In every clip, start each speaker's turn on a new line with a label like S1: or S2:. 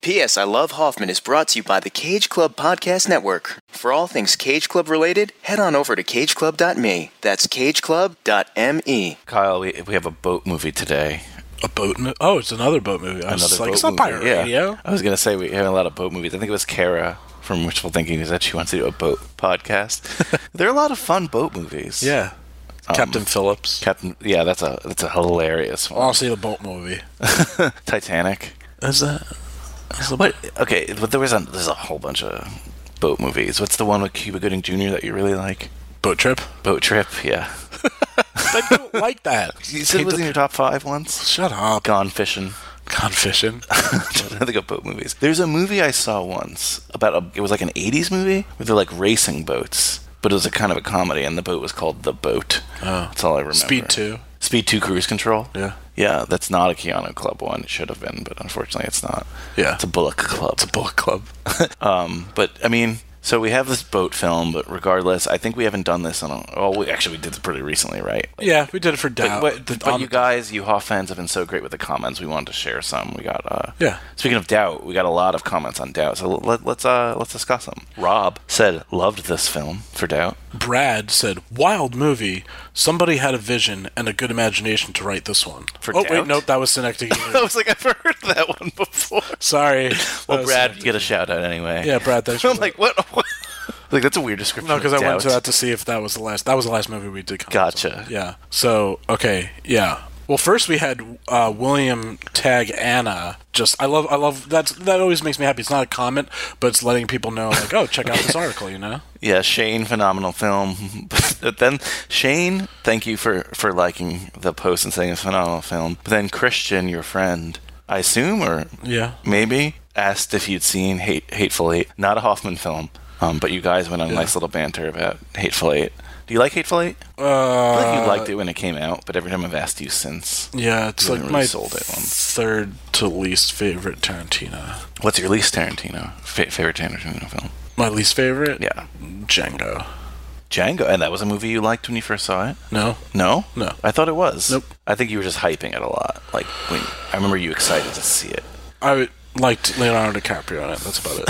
S1: P.S. I Love Hoffman is brought to you by the Cage Club Podcast Network. For all things Cage Club related, head on over to cageclub.me. That's cageclub.me.
S2: Kyle, we, we have a boat movie today.
S3: A boat. Mo- oh, it's another boat movie. I was just like, it's not pirate
S2: yeah.
S3: radio.
S2: I was gonna say we have a lot of boat movies. I think it was Kara from Wishful Thinking who said she wants to do a boat podcast. there are a lot of fun boat movies.
S3: Yeah,
S2: Um,
S3: Captain Phillips.
S2: Captain. Yeah, that's a that's a hilarious
S3: I
S2: one.
S3: want to see the boat movie.
S2: Titanic.
S3: Is that? Is the
S2: What? Okay, but there was a, there's a whole bunch of boat movies. What's the one with Cuba Gooding Jr. that you really like?
S3: boat trip?
S2: Boat Trip. Yeah.
S3: I don't like that.
S2: You said it was in your top five once.
S3: Shut up.
S2: Gone fishing.
S3: Gone fishing.
S2: I think of boat movies. There's a movie I saw once about a, it was like an 80s movie where they're like racing boats, but it was a kind of a comedy, and the boat was called The Boat.
S3: Oh.
S2: That's all I remember.
S3: Speed two.
S2: Speed 2 Cruise Control?
S3: Yeah.
S2: Yeah, that's not a Keanu Club one. It should have been, but unfortunately it's not.
S3: Yeah.
S2: It's a Bullock Club.
S3: It's a book club.
S2: um, but I mean, so we have this boat film, but regardless, I think we haven't done this on a. Oh, we, actually, we did this pretty recently, right?
S3: Yeah, we did it for
S2: But,
S3: doubt.
S2: but-
S3: The-
S2: but
S3: on-
S2: you guys, you Hoff fans, have been so great with the comments. We wanted to share some. We got uh,
S3: Yeah.
S2: Speaking of doubt, we got a lot of comments on doubt. So let, let's uh, let's discuss them. Rob said loved this film for doubt.
S3: Brad said, "Wild movie. Somebody had a vision and a good imagination to write this one."
S2: For
S3: oh
S2: doubt?
S3: wait, nope, that was Synecdoche.
S2: I was like, I've heard that one before.
S3: Sorry. That
S2: Well,
S3: was
S2: Brad, you
S3: Synecdoche.
S2: get a shout out anyway.
S3: Yeah, Brad. Thanks. For
S2: I'm
S3: that.
S2: like, what? like that's a weird description.
S3: No,
S2: because
S3: because I went to
S2: uh,
S3: that to see if that was the last. That was the last movie we did. comments on.
S2: Gotcha.
S3: Yeah. So okay. Yeah. Well, first we had uh, William tag Anna. Just I love I love that's that always makes me happy. It's not a comment, but it's letting people know like oh check out this article. You know.
S2: Yeah, Shane, phenomenal film. but then Shane, thank you for for liking the post and saying it's a phenomenal film. But then Christian, your friend, I assume, or
S3: Yeah.
S2: maybe asked if you'd seen Hate Hateful Eight, not a Hoffman film, um, but you guys went on a nice little banter about Hateful Eight. Do you like Hateful Eight?
S3: Uh,
S2: I feel like you liked it when it came out, but every time I've asked you since,
S3: Yeah, it's
S2: You
S3: like
S2: haven't
S3: my
S2: really sold it once.
S3: third to least favorite Tarantino.
S2: what's your least Tarantino fa- favorite Tarantino film?
S3: My least favorite?
S2: Yeah,
S3: Django.
S2: Django, and that was a movie you liked when you first saw it.
S3: No?
S2: No,
S3: No.
S2: I thought it was.
S3: Nope.
S2: I think you were just hyping it a lot. Like when I remember you excited to see it.
S3: I would- liked Leonardo DiCaprio in it. That's about it.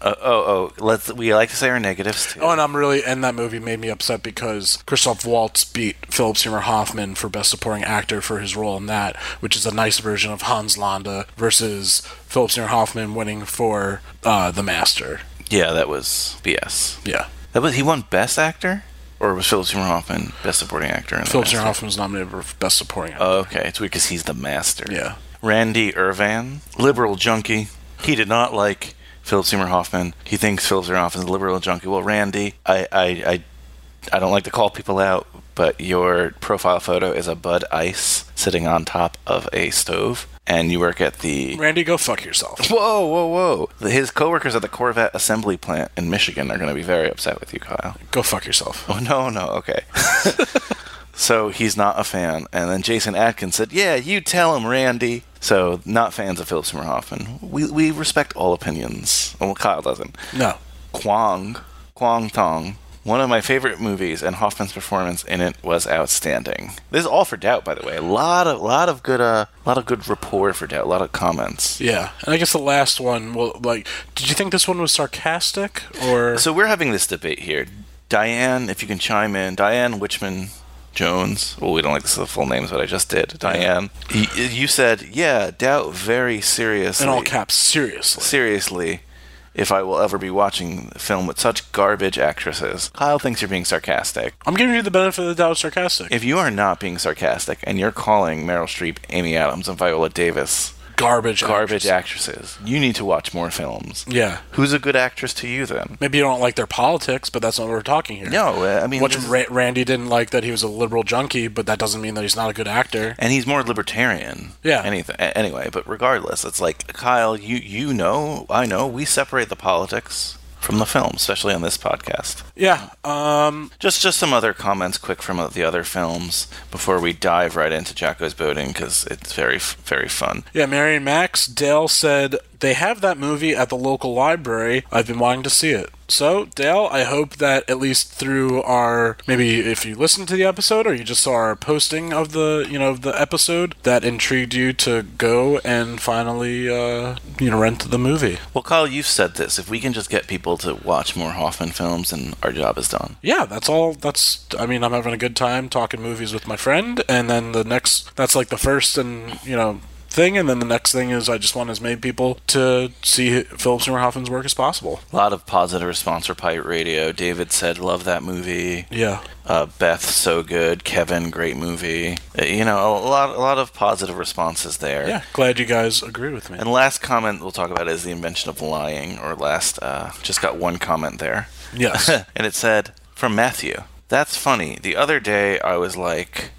S2: Uh, oh, oh, let's. We like to say our negatives too.
S3: oh, and I'm really. And that movie made me upset because Christoph Waltz beat Philip Seymour Hoffman for Best Supporting Actor for his role in that, which is a nice version of Hans Landa versus Philip Seymour Hoffman winning for uh, The Master.
S2: yeah, that was BS.
S3: Yeah.
S2: That was he won Best Actor, or was Philip Seymour Hoffman Best Supporting Actor? in The
S3: Philip Seymour
S2: Master?
S3: Hoffman was nominated for Best Supporting Actor.
S2: Oh, okay, it's weird because he's the master.
S3: Yeah.
S2: Randy Irvan, liberal junkie. He did not like Philip Seymour Hoffman. He thinks Philip Seymour Hoffman is a liberal junkie. Well, Randy, I, I, I, I don't like to call people out, but your profile photo is a Bud Ice sitting on top of a stove, and you work at the
S3: Randy, go fuck yourself.
S2: Whoa, whoa, whoa. His coworkers at the Corvette assembly plant in Michigan are going to be very upset with you, Kyle.
S3: Go fuck yourself.
S2: Oh, no, no, okay. so he's not a fan. And then Jason Atkins said, Yeah, you tell him, Randy. So, not fans of Philip Seymour Hoffman. We, we respect all opinions. Well, Kyle doesn't.
S3: No.
S2: Kwang, Kwang Tong. One of my favorite movies, and Hoffman's performance in it was outstanding. This is all for doubt, by the way. A lot of, lot of good, uh, lot of good rapport for doubt. A lot of comments.
S3: Yeah, and I guess the last one. Well, like, did you think this one was sarcastic or?
S2: So we're having this debate here. Diane, if you can chime in, Diane Witchman Jones. Well, we don't like to say the full names, but I just did. Diane, y- you said, "Yeah, doubt very seriously,
S3: in all caps, seriously.
S2: seriously, if I will ever be watching a film with such garbage actresses." Kyle thinks you're being sarcastic.
S3: I'm giving you the benefit of the doubt. It's sarcastic.
S2: If you are not being sarcastic and you're calling Meryl Streep, Amy Adams, and Viola Davis
S3: garbage.
S2: garbage
S3: actors.
S2: actresses, you need to watch more films.
S3: Yeah.
S2: Who's a good actress to you then?
S3: Maybe you don't like their politics, but that's not what we're talking here.
S2: No, uh, I mean,
S3: Which
S2: this is-
S3: Ra- Randy didn't like that he was a liberal junkie, but that doesn't mean that he's not a good actor.
S2: and he's more libertarian.
S3: Yeah.
S2: Anything. a- Anyway, but regardless, it's like Kyle, you you know, I know, we separate the politics from the film, especially on this podcast.
S3: Yeah. Um.
S2: Just just some other comments, quick from the other films before we dive right into Jocko's boating because it's very f- very fun.
S3: Yeah. Marion Max Dale said They have that movie at the local library. I've been wanting to see it. So, Dale, I hope that at least through our maybe if you listened to the episode or you just saw our posting of the you know the episode that intrigued you to go and finally uh, you know rent the movie.
S2: Well, Kyle, you've said this. If we can just get people to watch more Hoffman films, then our job is done.
S3: Yeah, that's all. That's I mean I'm having a good time talking movies with my friend, and then the next that's like the first and you know thing, and then the next thing is I just want as many people to see Philip Seymour Hoffman's work as possible.
S2: A lot of positive response for Pirate Radio. David said, "Love that movie."
S3: Yeah,
S2: Uh, Beth, so good. Kevin, great movie. Uh, you know, a lot, a lot of positive responses there.
S3: yeah. Glad you guys agree with me.
S2: And last comment we'll talk about is the invention of lying, or last, uh, just got one comment there.
S3: Yes.
S2: and it said, from Matthew. That's funny. The other day I was like,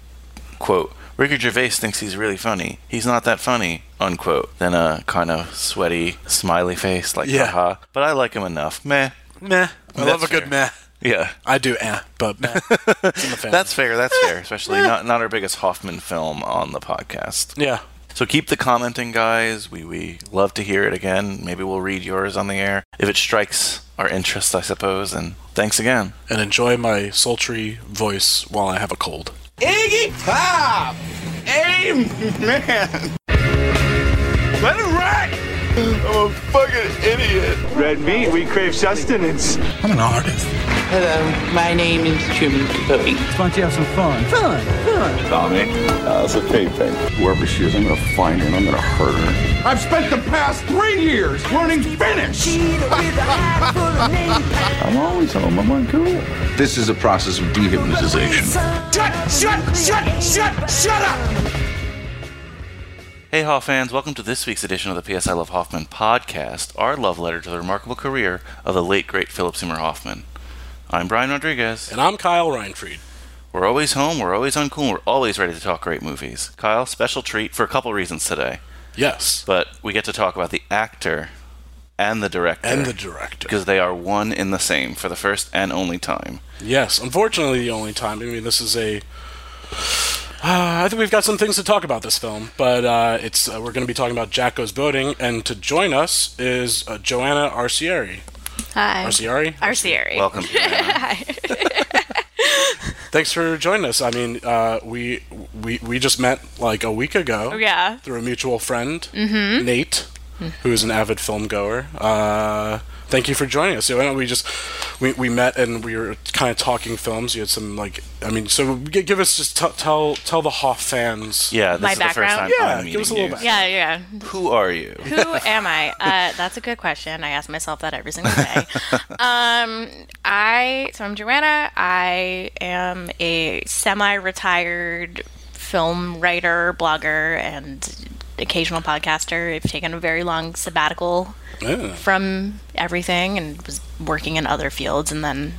S2: quote, Ricky Gervais thinks he's really funny. He's not that funny, unquote. Then a kind of sweaty, smiley face, like,
S3: Yeah.
S2: haha. But I like him enough. Meh.
S3: meh. I love a
S2: That's
S3: good
S2: fair.
S3: meh.
S2: Yeah.
S3: I do eh, but meh. It's in the family.
S2: That's fair. That's fair. Especially not, not our biggest Hoffman film on the podcast.
S3: yeah.
S2: So keep the commenting, guys. We we love to hear it again. Maybe we'll read yours on the air if it strikes our interest, I suppose. And thanks again.
S3: And enjoy my sultry voice while I have a cold.
S4: Iggy Pop! Amen! Let it rock! I'm a fucking idiot. Red meat, we crave sustenance.
S3: I'm an artist.
S5: Hello, my name is Truman Capote.
S6: Dominic. That's a fate thing. Whoever she is, I'm gonna find her and I'm gonna hurt her.
S4: I've spent the past three years learning Finnish.
S6: I'm always home. I'm on cool.
S7: This is a process of dehypnotization.
S4: Shut, shut, shut, shut, shut up!
S2: Hey, Hoff fans! Welcome to this week's edition of the PS I Love Hoffman podcast, our love letter to the remarkable career of the late great Philip Seymour Hoffman. I'm Brian Rodriguez.
S3: And I'm Kyle Reinfried.
S2: We're always home. We're always on cool. We're always ready to talk great movies. Kyle, special treat for a couple reasons today,
S3: Yes.
S2: but we get to talk about the actor and the director
S3: And the director.
S2: because they are one in the same for the first and only time.
S3: Yes. Unfortunately, the only time. I mean, this is a. Uh, I think we've got some things to talk about this film, but uh, it's uh, we're going to be talking about Jack Goes Boating, and to join us is uh, Joanna Arcieri.
S8: Hi.
S3: Arcieri,
S8: Arcieri.
S2: Welcome. Joanna.
S3: thanks for joining us. I mean, uh, we we we just met like a week ago.
S8: Yeah.
S3: through a mutual friend, Nate, who is an avid film goer. Uh, thank you for joining us. So I know we just we, we met and we were kind of talking films. You had some like I mean, so g- give us just t- tell tell the Hoff fans.
S2: yeah, this
S8: My
S2: is the
S8: background?
S2: first time
S3: Yeah,
S2: I'm
S3: give
S2: meeting
S3: us a little
S2: you.
S3: back-
S8: Yeah, yeah.
S2: Who are you?
S8: Who am I? Uh, that's a good question. I ask myself that every single day. um, I so I'm Joanna. I am a semi-retired film writer, blogger, and occasional podcaster. I've taken a very long sabbatical
S3: Yeah.
S8: from everything and was working in other fields and then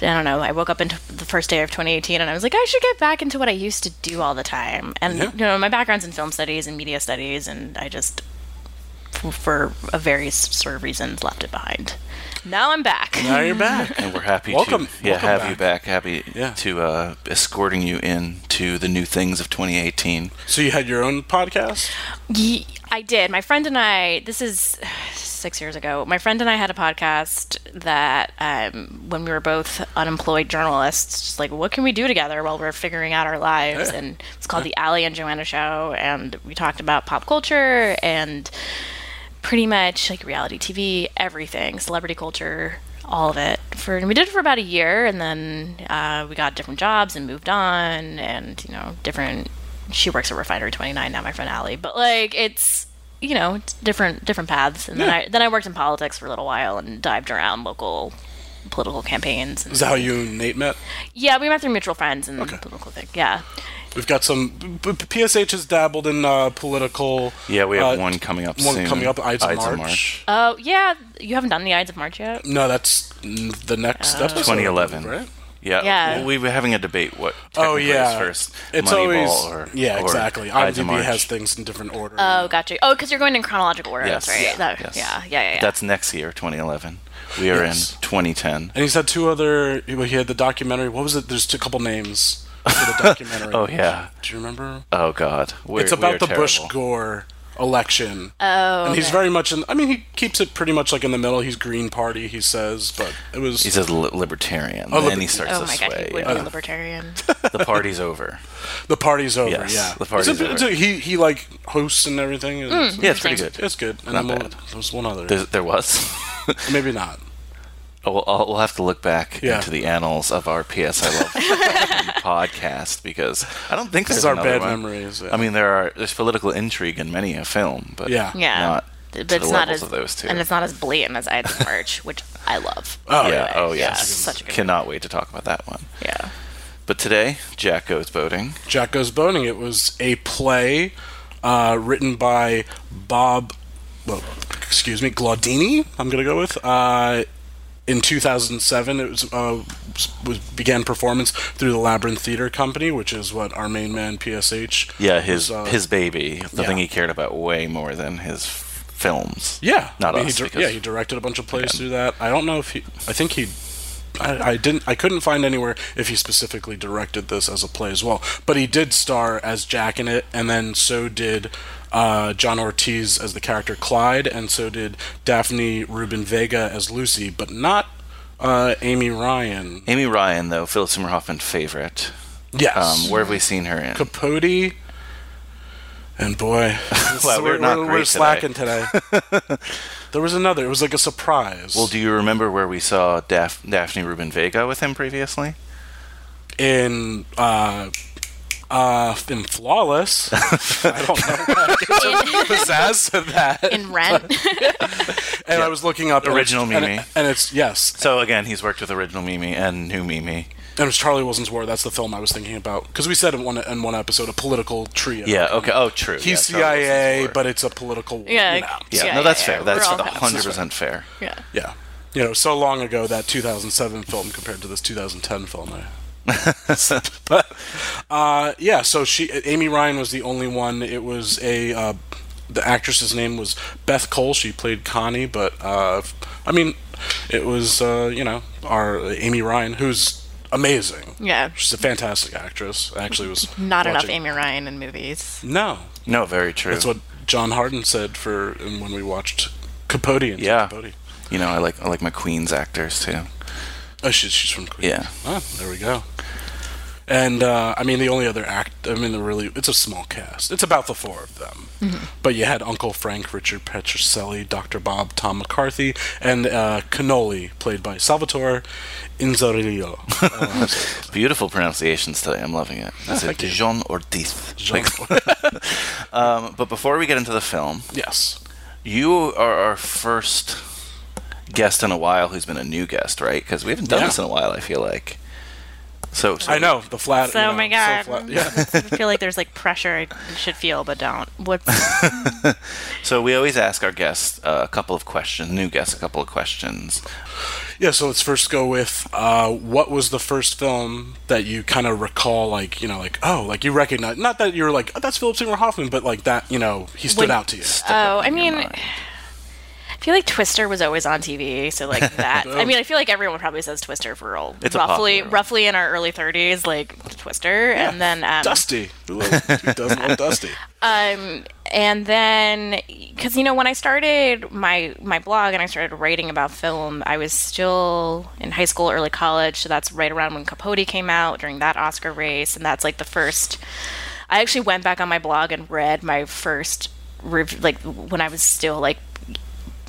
S8: I don't know. I woke up into the first day of 2018 and I was like, I should get back into what I used to do all the time. And
S3: Yeah.
S8: you know, my background's in film studies and media studies, and I just, f- for a various sort of reasons, left it behind. Now I'm back.
S3: Now you're back.
S2: And we're happy
S3: Welcome-
S2: to yeah,
S3: welcome
S2: have
S3: back.
S2: you back. Happy
S3: Yeah.
S2: to uh, escorting you in to the new things of 2018.
S3: so you had your own podcast.
S8: Ye- I did. My friend and I, this is six years ago, my friend and I had a podcast that um, when we were both unemployed journalists, just like, what can we do together while we're figuring out our lives? And it's called The Allie and Joanna Show. And we talked about pop culture and pretty much like reality TV, everything, celebrity culture, all of it. For and we did it for about a year, and then uh, we got different jobs and moved on, and you know, different. She works at Refinery Twenty Nine now, my friend Allie. But like, it's you know, it's different different paths. And then I then I worked in politics for a little while and dived around local political campaigns. And,
S3: Is that how you and Nate met?
S8: yeah, we met through mutual friends and political thing. Yeah,
S3: We've got some. B- b- PSH has dabbled in uh, political.
S2: Yeah, we have
S3: uh,
S2: one coming up
S3: One
S2: soon.
S3: coming up. Ides, of
S2: Ides
S3: March.
S2: of March.
S8: Oh yeah, you haven't done the Ides of March yet.
S3: No, that's mm, the next episode.
S2: 2011.
S3: Right.
S2: Yeah,
S8: Yeah.
S2: well, we were having a debate what
S3: Oh
S2: technically
S3: yeah,
S2: is first.
S3: It's
S2: Moneyball
S3: always
S2: or,
S3: yeah,
S2: or
S3: exactly.
S2: Ides of
S3: IMDb
S2: March.
S3: has things in different order.
S8: Oh, gotcha. Oh, because you're going in chronological order.
S2: Yes.
S8: That's right. That-
S2: Yes.
S8: Yeah, yeah, yeah. yeah.
S2: That's next year, 2011. We are
S3: Yes.
S2: in 2010.
S3: and he's had two other. He he had the documentary. What was it? There's a couple names for the documentary.
S2: Oh yeah.
S3: do you remember?
S2: Oh god. We're,
S3: it's
S2: we
S3: about
S2: are
S3: the Bush
S2: terrible.
S3: Gore election. Oh. And he's very much in. I mean, he keeps it pretty much like in the middle. He's Green Party, he says, but it was.
S2: He says li- libertarian. and
S3: Oh,
S2: then
S3: liber-
S2: he starts
S8: Oh
S2: to
S8: my
S2: sway.
S8: god, he would
S2: yeah.
S8: be a libertarian.
S2: the party's over.
S3: the party's over.
S2: Yes,
S3: yeah,
S2: the party's
S3: It's a- it's a-
S2: over.
S3: he he like hosts and everything. and it's,
S2: Yeah, it's pretty good.
S3: it's good. And
S2: Not
S3: then
S2: bad.
S3: We'll, there's one other.
S2: There, there was.
S3: Maybe not.
S2: Oh, We'll, I'll- we'll have to look back
S3: Yeah.
S2: into the annals of our PS I Love podcast because I don't think
S3: This
S2: there's
S3: is our
S2: another
S3: bad
S2: one.
S3: memories. yeah.
S2: I mean, there are there's political intrigue in many a film, but
S3: Yeah.
S8: Yeah.
S2: not to
S8: but
S2: the
S8: it's not
S2: levels
S8: as
S2: of those two.
S8: and it's not as blatant as Ides of March, which I love.
S3: Oh,
S2: yeah,
S3: yeah.
S2: oh
S8: Yeah,
S2: yes,
S8: it's such a good
S2: cannot wait to talk about that one.
S8: Yeah.
S2: But today, Jack goes boating.
S3: Jack Goes Boating. It was a play uh, written by Bob, well, excuse me, Glaudini, I'm going to go with. Uh, in 2007, it was, uh, was began performance through the Labyrinth Theater Company, which is what our main man PSH.
S2: Yeah, his
S3: was, uh,
S2: his baby, the
S3: yeah.
S2: thing he cared about way more than his f- films.
S3: Yeah,
S2: not
S3: I mean,
S2: us.
S3: He dir-
S2: because
S3: yeah, he directed a bunch of plays through that. I don't know if he. I think he. I, I didn't. I couldn't find anywhere if he specifically directed this as a play as well. But he did star as Jack in it, and then so did uh, John Ortiz as the character Clyde, and so did Daphne Rubin Vega as Lucy, but not uh, Amy Ryan.
S2: Amy Ryan, though, Philip Seymour Hoffman favorite.
S3: Yes,
S2: Um, where have we seen her in?
S3: Capote. And boy,
S2: Wow, we're not great
S3: we're
S2: today.
S3: slacking today. there was another. It was like a surprise.
S2: Well, do you remember where we saw Daph- Daphne Rubin Vega with him previously?
S3: in uh uh in flawless i don't know pizzazz to that
S8: In Rent.
S3: and i was looking up and it's-
S2: Original
S3: and,
S2: Mimi.
S3: and it's yes
S2: So again, he's worked with original Mimi and new Mimi.
S3: and it was charlie wilson's war that's the film i was thinking about because we said in one in one episode a political trio
S2: Yeah. Okay. Oh, true.
S3: he's
S2: yeah, Charles
S3: cia
S2: Wilson's work.
S3: but it's a political war
S8: Yeah,
S3: you know.
S2: yeah.
S8: Yeah,
S2: No,
S8: yeah,
S2: that's
S8: yeah,
S2: fair.
S8: we're
S2: That's
S8: all
S2: the
S8: kind of-
S2: hundred percent fair.
S8: yeah.
S3: yeah you know so long ago that 2007 film compared to this 2010 film I- Uh, yeah, so she Amy Ryan was the only one. It was a uh, the actress's name was Beth Cole. She played Connie, but uh, I mean, it was uh, you know our Amy Ryan, who's amazing.
S8: Yeah.
S3: She's a fantastic actress. I Actually, was
S8: Not enough
S3: watching-
S8: Amy Ryan in movies.
S3: No,
S2: no, very true.
S3: that's what John Harden said for when we watched Capote. And
S2: Yeah.
S3: Capote.
S2: You know, I like I like my Queen's actors too.
S3: Oh, she, she's from Queens.
S2: Yeah.
S3: Oh, there we go. And uh, I mean, the only other act. I mean, the really, it's a small cast. It's about the four of them.
S8: Mm-hmm.
S3: But you had Uncle Frank, Richard Petroselli, Dr. Bob, Tom McCarthy, and uh, Cannoli, played by Salvatore Inzarillo. Oh, I'm sorry.
S2: Beautiful pronunciations today. I'm loving it. That's it.
S3: Ah, thank you.
S2: Jean Ortiz.
S3: Jean-
S2: Um, but before we get into the film,
S3: yes.
S2: You are our first guest in a while who's been a new guest, right? Because we haven't done
S3: Yeah.
S2: this in a while. I feel like. So, so
S3: I know the flat.
S8: So,
S3: you know,
S8: oh my god.
S3: flat- yeah.
S8: I feel like there's like pressure I should feel but don't. What's
S2: so we always ask our guests uh, a couple of questions, new guests a couple of questions.
S3: Yeah, so let's first go with uh, what was the first film that you kind of recall, like, you know, like, oh, like you recognize, not that you were like, oh, that's Philip Seymour Hoffman, but like that, you know, he stood
S8: When-
S3: out to you.
S8: Oh, I
S2: in your
S8: mean
S2: mind.
S8: I feel like Twister was always on TV, so like that. I mean, I feel like everyone probably says Twister for all
S2: It's a
S8: roughly
S2: popular one.
S8: roughly in our early 30s like Twister and then um,
S3: Dusty. Who loves- who doesn't love Dusty?
S8: um and then because you know when i started my my blog and i started writing about film i was still in high school early college so that's right around when capote came out during that oscar race and that's like the first i actually went back on my blog and read my first rev- like when i was still like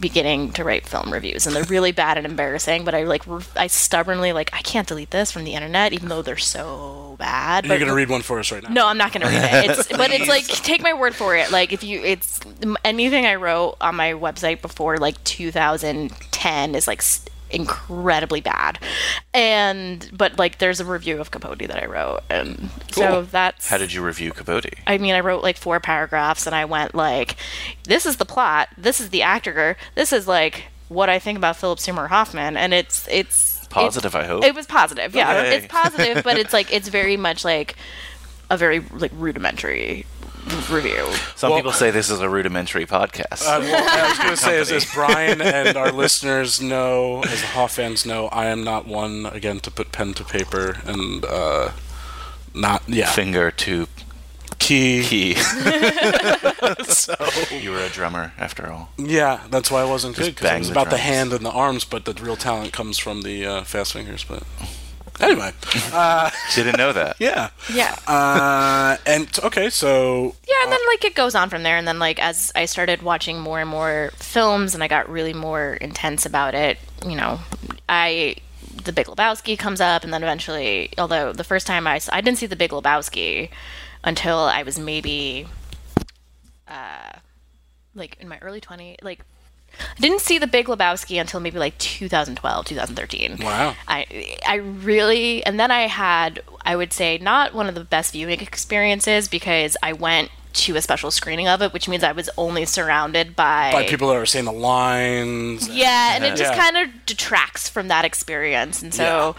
S8: beginning to write film reviews and they're really bad and embarrassing but i like re- i stubbornly like i can't delete this from the internet even though they're so bad
S3: You're
S8: but
S3: going to read one for us right now.
S8: no, I'm not going to read it. It's, but it's like take my word for it. Like if you, it's m- anything I wrote on my website before like 2010 is like s- incredibly bad. And but like there's a review of Capote that I wrote, and so that's
S2: How did you review Capote?
S8: I mean, I wrote like four paragraphs and I went like, this is the plot, this is the actor, this is like what I think about Philip Seymour Hoffman, and it's it's it-
S2: Positive, I hope.
S8: It was positive, yeah,
S2: Yay.
S8: it's positive, but it's like it's very much like a very like rudimentary review.
S2: Some
S3: Well-
S2: people say this is a rudimentary podcast.
S3: Uh, well, what I was going to say is, as Brian and our listeners know, as the Hoff fans know, I am not one, again, to put pen to paper and uh, not, yeah.
S2: Finger to
S3: key.
S2: Key. you were a drummer after all.
S3: Yeah, that's why I wasn't good because
S2: bang
S3: it was
S2: the
S3: about the
S2: drums.
S3: hand and the arms, but the real talent comes from the uh, fast fingers. But anyway,
S2: Didn't know that.
S3: yeah,
S8: Yeah.
S3: uh, and okay, so
S8: Yeah, and then like it goes on from there. And then like as I started watching more and more films, and I got really more intense about it. You know, I the Big Lebowski comes up, and then eventually, although the first time I s- I didn't see the Big Lebowski until I was maybe uh like in my early 20 like I didn't see the Big Lebowski until maybe like 2012, 2013.
S3: Wow.
S8: I I really and then I had I would say not one of the best viewing experiences because I went to a special screening of it, which means I was only surrounded by,
S3: by people that are saying the lines,
S8: Yeah, and it just
S3: Yeah.
S8: kind of detracts from that experience, and so.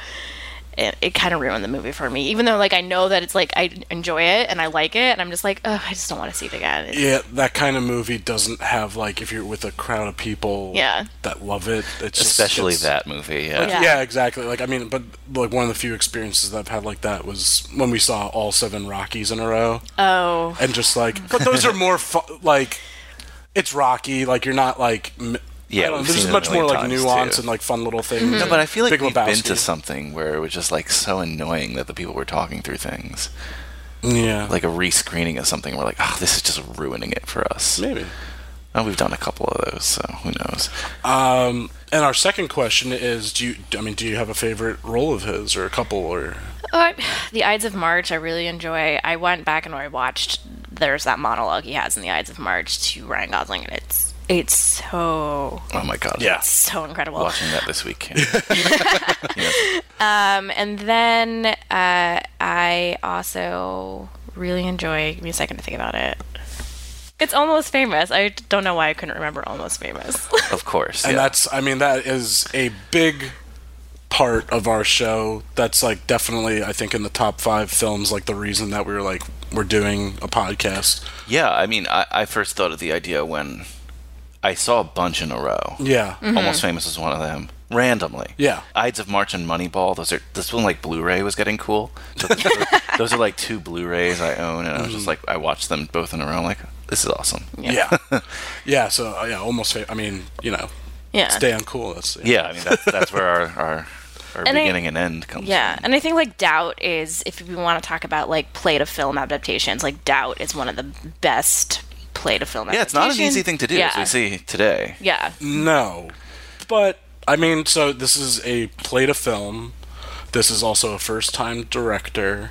S8: It, it kind of ruined the movie for me, even though like I know that it's like I enjoy it and I like it, and I'm just like, oh, I just don't want to see it again. It's-
S3: yeah, that kind of movie doesn't have like if you're with a crowd of people,
S8: Yeah.
S3: that love it, it's just-
S2: Especially
S3: it's-
S2: that movie. Yeah.
S8: Yeah.
S3: Yeah. exactly. Like I mean, but like one of the few experiences that I've had like that was when we saw all seven Rockies in a row.
S8: Oh,
S3: and just like but those are more fu- like it's rocky like you're not like m-
S2: Yeah,
S3: I don't know,
S2: we've
S3: there's
S2: seen it a
S3: much more
S2: million
S3: like
S2: times,
S3: nuance
S2: too.
S3: and like fun little things
S2: No, but I feel like
S3: Big
S2: we've been
S3: Lebowski.
S2: to something where it was just like so annoying that the people were talking through things.
S3: yeah
S2: Like a rescreening of something, we're like, oh, this is just ruining it for us.
S3: maybe
S2: Oh, we've done a couple of those, so who knows?
S3: um and our second question is do you i mean do you have a favorite role of his or a couple or
S8: Oh, I, the Ides of March, I really enjoy. I went back and I watched. There's that monologue he has in the Ides of March to Ryan Gosling, and it's it's so
S2: Oh my god.
S8: so incredible.
S2: Watching that this week.
S8: Um, and then uh, I also really enjoy. Give me a second to think about it. It's almost famous. I don't know why I couldn't remember almost famous.
S2: Of course.
S3: and
S2: yeah.
S3: that's i mean that is a big part of our show that's like definitely i think in the top five films like the reason that we were like we're doing a podcast
S2: Yeah, I mean, I, I first thought of the idea when I saw a bunch in a row.
S3: yeah
S2: Almost Famous was one of them. Randomly.
S3: Yeah.
S2: Ides of March and Moneyball. Those are this one like Blu-ray was getting cool. So th- those, those are like two Blu-rays I own, and I was just like, I watched them both in a row. I'm like, this is awesome.
S3: Yeah. yeah, so uh, yeah, almost fa- I mean, you know,
S8: yeah.
S3: stay on cool. That's
S2: Yeah, I mean that's that's where our our, our
S8: And I-
S2: beginning and end comes.
S8: Yeah,
S2: from.
S8: and I think like Doubt is if we want to talk about like play to film adaptations, like Doubt is one of the best play to film.
S2: yeah, it's not an easy thing to do,
S8: Yeah,
S2: as we see today.
S8: yeah,
S3: Mm. No. But I mean, so this is a play to film. This is also a first-time director.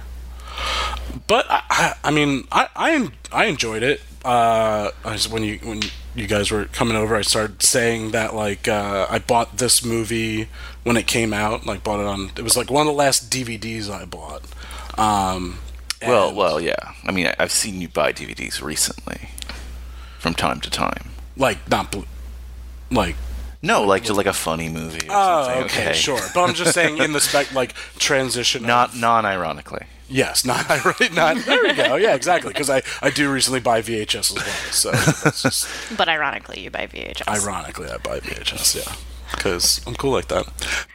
S3: But I, I, I mean, I, I en- I enjoyed it. Uh, I was, when you when you guys were coming over, I started saying that like uh, I bought this movie when it came out. Like bought it on it was like one of the last DVDs I bought. Um,
S2: Well,
S3: and-
S2: well, yeah. I mean, I, I've seen you buy DVDs recently, from time to time.
S3: like not bl- like
S2: No, like just like a funny movie. Or
S3: Oh,
S2: something.
S3: okay, sure. But I'm just saying in the spec, like transition. of-
S2: Not non-ironically.
S3: yes, not I really not. There we go. Yeah, exactly. Because I I do recently buy VHS as well. So that's just,
S8: but ironically, you buy VHS.
S3: ironically, I buy VHS. Yeah, because I'm cool like that.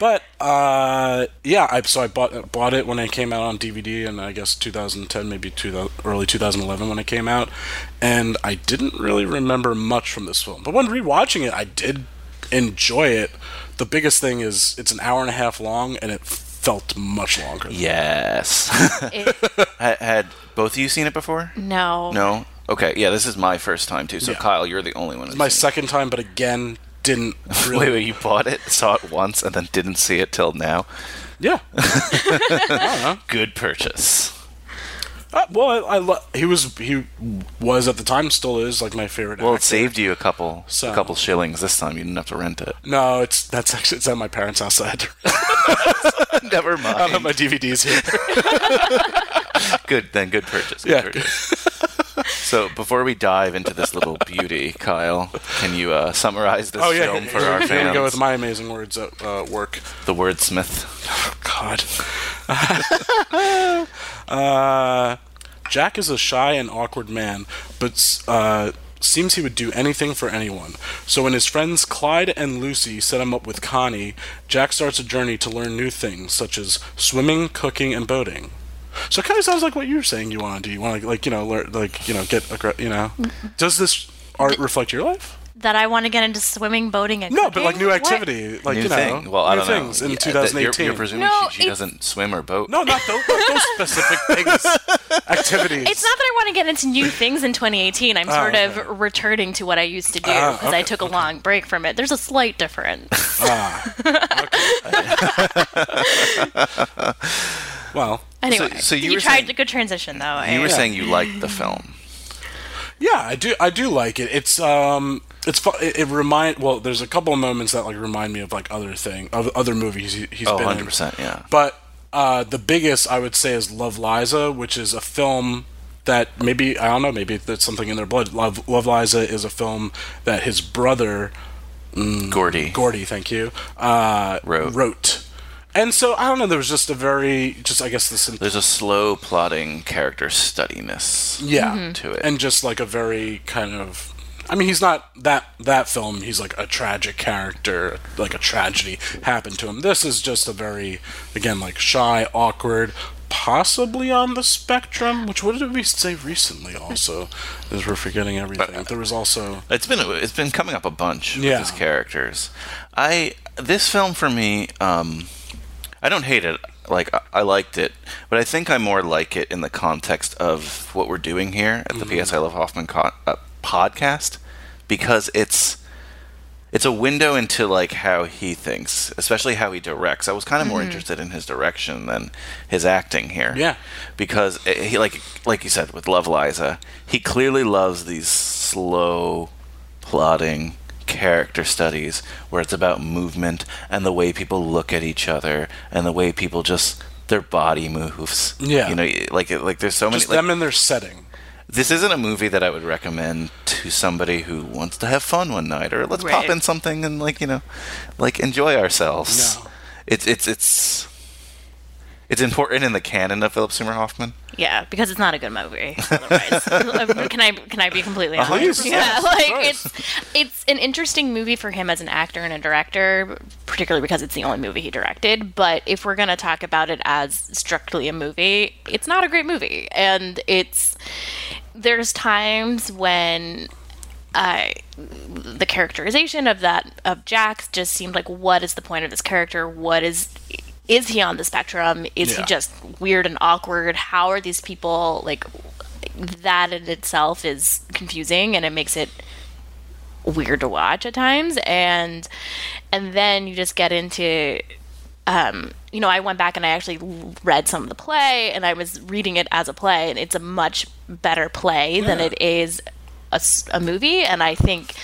S3: But uh, yeah, I so I bought bought it when it came out on DVD, and I guess 2010, maybe two, thou- early 2011 when it came out, and I didn't really remember much from this film. But when rewatching it, I did enjoy it. The biggest thing is it's an hour and a half long, and it felt much longer.
S2: Yes.
S8: It-
S2: had, had both of you seen it before?
S8: no,
S2: No. Okay. Yeah, this is my first time too. So
S3: Yeah.
S2: Kyle, you're the only one. Who's
S3: My
S2: seen
S3: second time, but again, didn't
S2: it.
S3: really.
S2: Wait, wait. You bought it, saw it once, and then didn't see it till now.
S3: Yeah.
S2: Good purchase.
S3: Uh, well, I, I lo- he was he was at the time still is like my favorite.
S2: Well, it
S3: actor.
S2: saved you a couple
S3: So-
S2: a couple shillings this time. You didn't have to rent it.
S3: No, it's that's actually it's at my parents' house. I had to
S2: Never
S3: I have
S2: mind.
S3: my DVDs here.
S2: good then. Good purchase. Good
S3: Yeah.
S2: Purchase. So before we dive into this little beauty, Kyle, can you uh, summarize
S3: Oh,
S2: this film for our
S3: Here
S2: fans?
S3: we go with my amazing words at uh, work.
S2: the wordsmith.
S3: God. uh, Jack is a shy and awkward man, but uh, seems he would do anything for anyone. So when his friends Clyde and Lucy set him up with Connie, Jack starts a journey to learn new things, such as swimming, cooking, and boating. So it kind of sounds like what you're saying. You want to do? You want to like you know learn, like you know get aggr- you know. Does this art reflect your life?
S8: That I want to get into swimming, boating, and
S3: No, but
S8: cooking?
S3: like new
S8: What?
S3: activity, like
S2: new
S3: you know,
S2: thing. Well, I
S3: new
S2: don't
S3: things
S2: know.
S3: in
S2: Yeah, that- you're-
S3: 2018.
S2: You're, presuming
S8: No,
S2: she, she
S8: it's-
S2: doesn't swim or boat.
S3: no, not those, not those specific things. Activities.
S8: It's not that I want to get into new things in 2018. I'm sort of returning to what I used to do because I took a long break from it. There's a slight difference.
S3: Well,
S8: anyway,
S2: So- so you
S8: you,
S2: were
S8: tried
S2: saying-
S8: a good transition though.
S2: You were
S8: eh?
S2: saying you liked the film.
S3: yeah, I do. I do like it. It's um, it's fu- it, it remind. Well, there's a couple of moments that like remind me of like other thing of other movies he, he's
S2: Oh,
S3: been in.
S2: 100%, yeah.
S3: But uh, the biggest I would say is Love Liza, which is a film that maybe I don't know, maybe that's something in their blood. Love Love Liza is a film that his brother Mm.
S2: Gordy.
S3: Gordy, thank you, uh,
S2: Wrote.
S3: And so I don't know. There was just a very just I guess the sim-
S2: There's a slow plotting character studiness
S3: yeah
S8: Mm-hmm.
S2: to it.
S3: and just like a very kind of I mean, he's not that that film. He's like a tragic character, like a tragedy happened to him. This is just a very, again, like shy, awkward, possibly on the spectrum. Which what did we say recently? Also, as we're forgetting
S2: Uh,
S3: everything, there was also
S2: It's been it's been coming up a bunch
S3: Yeah.
S2: with his characters. I this film for me, um, I don't hate it. Like I, I liked it, but I think I more like it in the context of what we're doing here at
S3: Mm-hmm.
S2: the PS I Love Hoffman co- uh, podcast because it's it's a window into like how he thinks, especially how he directs. I was kind of more interested in his direction than his acting here.
S3: Mm-hmm. Yeah.
S2: because eh, he like like you said with Love Liza, he clearly loves these slow, plotting character studies where it's about movement and the way people look at each other and the way people just their body moves.
S3: Yeah.
S2: you know, like like there's so many.
S3: just
S2: like-
S3: them in their setting.
S2: this isn't a movie that I would recommend to somebody who wants to have fun one night or let's
S8: Right.
S2: pop in something and like you know, like enjoy ourselves.
S3: No.
S2: It's it's it's it's important in the canon of Philip Seymour Hoffman.
S8: yeah, because it's not a good movie. Otherwise, Um, can I can I be completely honest?
S3: Please,
S8: Yeah,
S3: yes,
S8: like
S3: of course.
S8: it's it's an interesting movie for him as an actor and a director, particularly because it's the only movie he directed. But if we're gonna talk about it as strictly a movie, it's not a great movie, and it's there's times when I uh, the characterization of that of Jax just seemed like what is the point of this character? What is is he on the spectrum? Is he
S3: Yeah.
S8: just weird and awkward? How are these people like that in itself is confusing and it makes it weird to watch at times and and then you just get into um you know I went back and I actually l- read some of the play and I was reading it as a play and it's a much better play than it is a, s- a movie and I think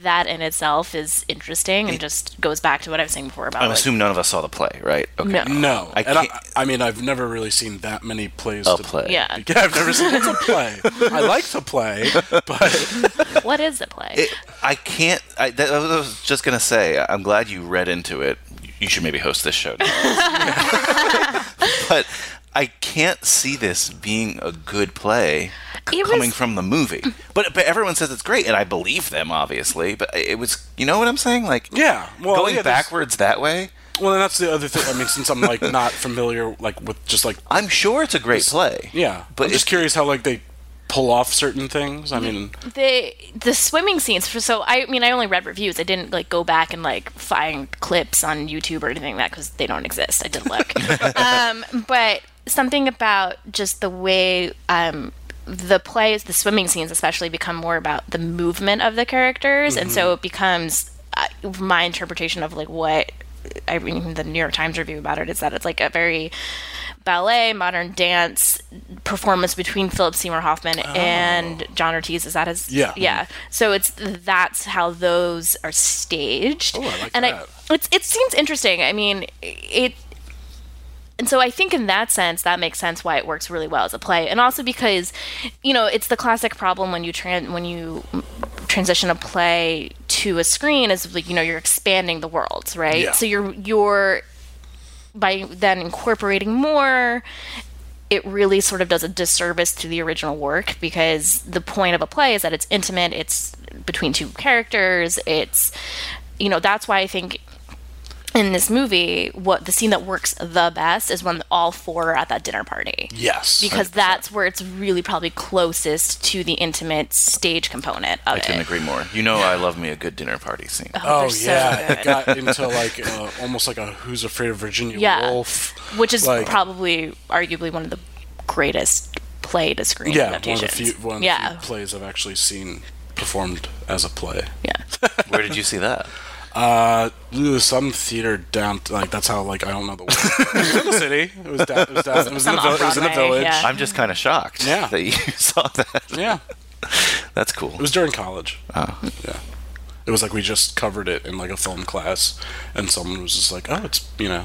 S8: that in itself is interesting and just goes back to what I was saying before about
S2: I
S8: like,
S2: assume none of us saw the play, right? Okay.
S8: no
S3: No,
S2: I
S3: and I,
S2: can't-
S3: I mean I've never really seen that many plays.
S2: A
S3: to-
S2: play.
S8: yeah
S3: Yeah, I've never seen it's a play. I like to play, but
S8: what is the play
S2: It, I can't. I, that, I was just gonna say. I- I'm glad you read into it. You should maybe host this show. now. but I can't see this being a good play c-
S8: It was-
S2: coming from the movie. But but everyone says it's great, and I believe them, obviously. But it was, you know what I'm saying? Like
S3: Yeah, well,
S2: going
S3: yeah, there's-
S2: backwards that way.
S3: well, and that's the other thing. I mean, since I'm like not familiar, like with just like
S2: I'm sure it's a great play.
S3: yeah,
S2: but
S3: I'm just
S2: it-
S3: curious how like they pull off certain things. I mean,
S8: the the swimming scenes for so I mean I only read reviews I didn't like go back and like find clips on YouTube or anything like that because they don't exist I did look um, but something about just the way um, the plays the swimming scenes especially become more about the movement of the characters and so it becomes uh, my interpretation of like what I mean the New York Times review about it is that it's like a very ballet, modern dance performance between Philip Seymour Hoffman and John Ortiz. Is that his?
S3: Yeah.
S8: Yeah. So it's that's how those are staged.
S3: Oh, I like
S8: and
S3: that.
S8: I, it's, it seems interesting. I mean, it. And so I think in that sense, that makes sense why it works really well as a play, and also because, you know, it's the classic problem when you tran when you transition a play to a screen is like you know you're expanding the worlds, right?
S3: Yeah.
S8: So you're you're by then incorporating more it really sort of does a disservice to the original work because the point of a play is that it's intimate it's between two characters it's you know that's why i think in this movie, what the scene that works the best is when all four are at that dinner party.
S3: Yes.
S8: Because that's where it's really probably closest to the intimate stage component of
S2: I couldn't
S8: it.
S2: agree more. You know, I love me a good dinner party scene.
S8: Oh,
S3: Oh
S8: they're so
S3: yeah,
S8: good.
S3: it got into like uh, almost like a Who's Afraid of Virginia
S8: Yeah.
S3: Woolf,
S8: Which is
S3: like-
S8: probably arguably one of the greatest play to screen
S3: yeah, one of the
S8: adaptations.
S3: few one of the
S8: yeah.
S3: few plays I've actually seen performed as a play.
S8: yeah.
S2: Where did you see that?
S3: Uh, ooh, some theater down like that's how like I don't know the word. it was in the city. It was down. It was, down, it was, in,
S8: Some
S3: the vill- it was in the
S8: off-Broadway,
S3: village.
S8: yeah.
S2: I'm just kind of shocked
S3: Yeah.
S2: that you saw that.
S3: yeah,
S2: That's cool.
S3: it was during college.
S2: Oh.
S3: Yeah. It was like we just covered it in like a film class, and someone was just like, "Oh, it's you know."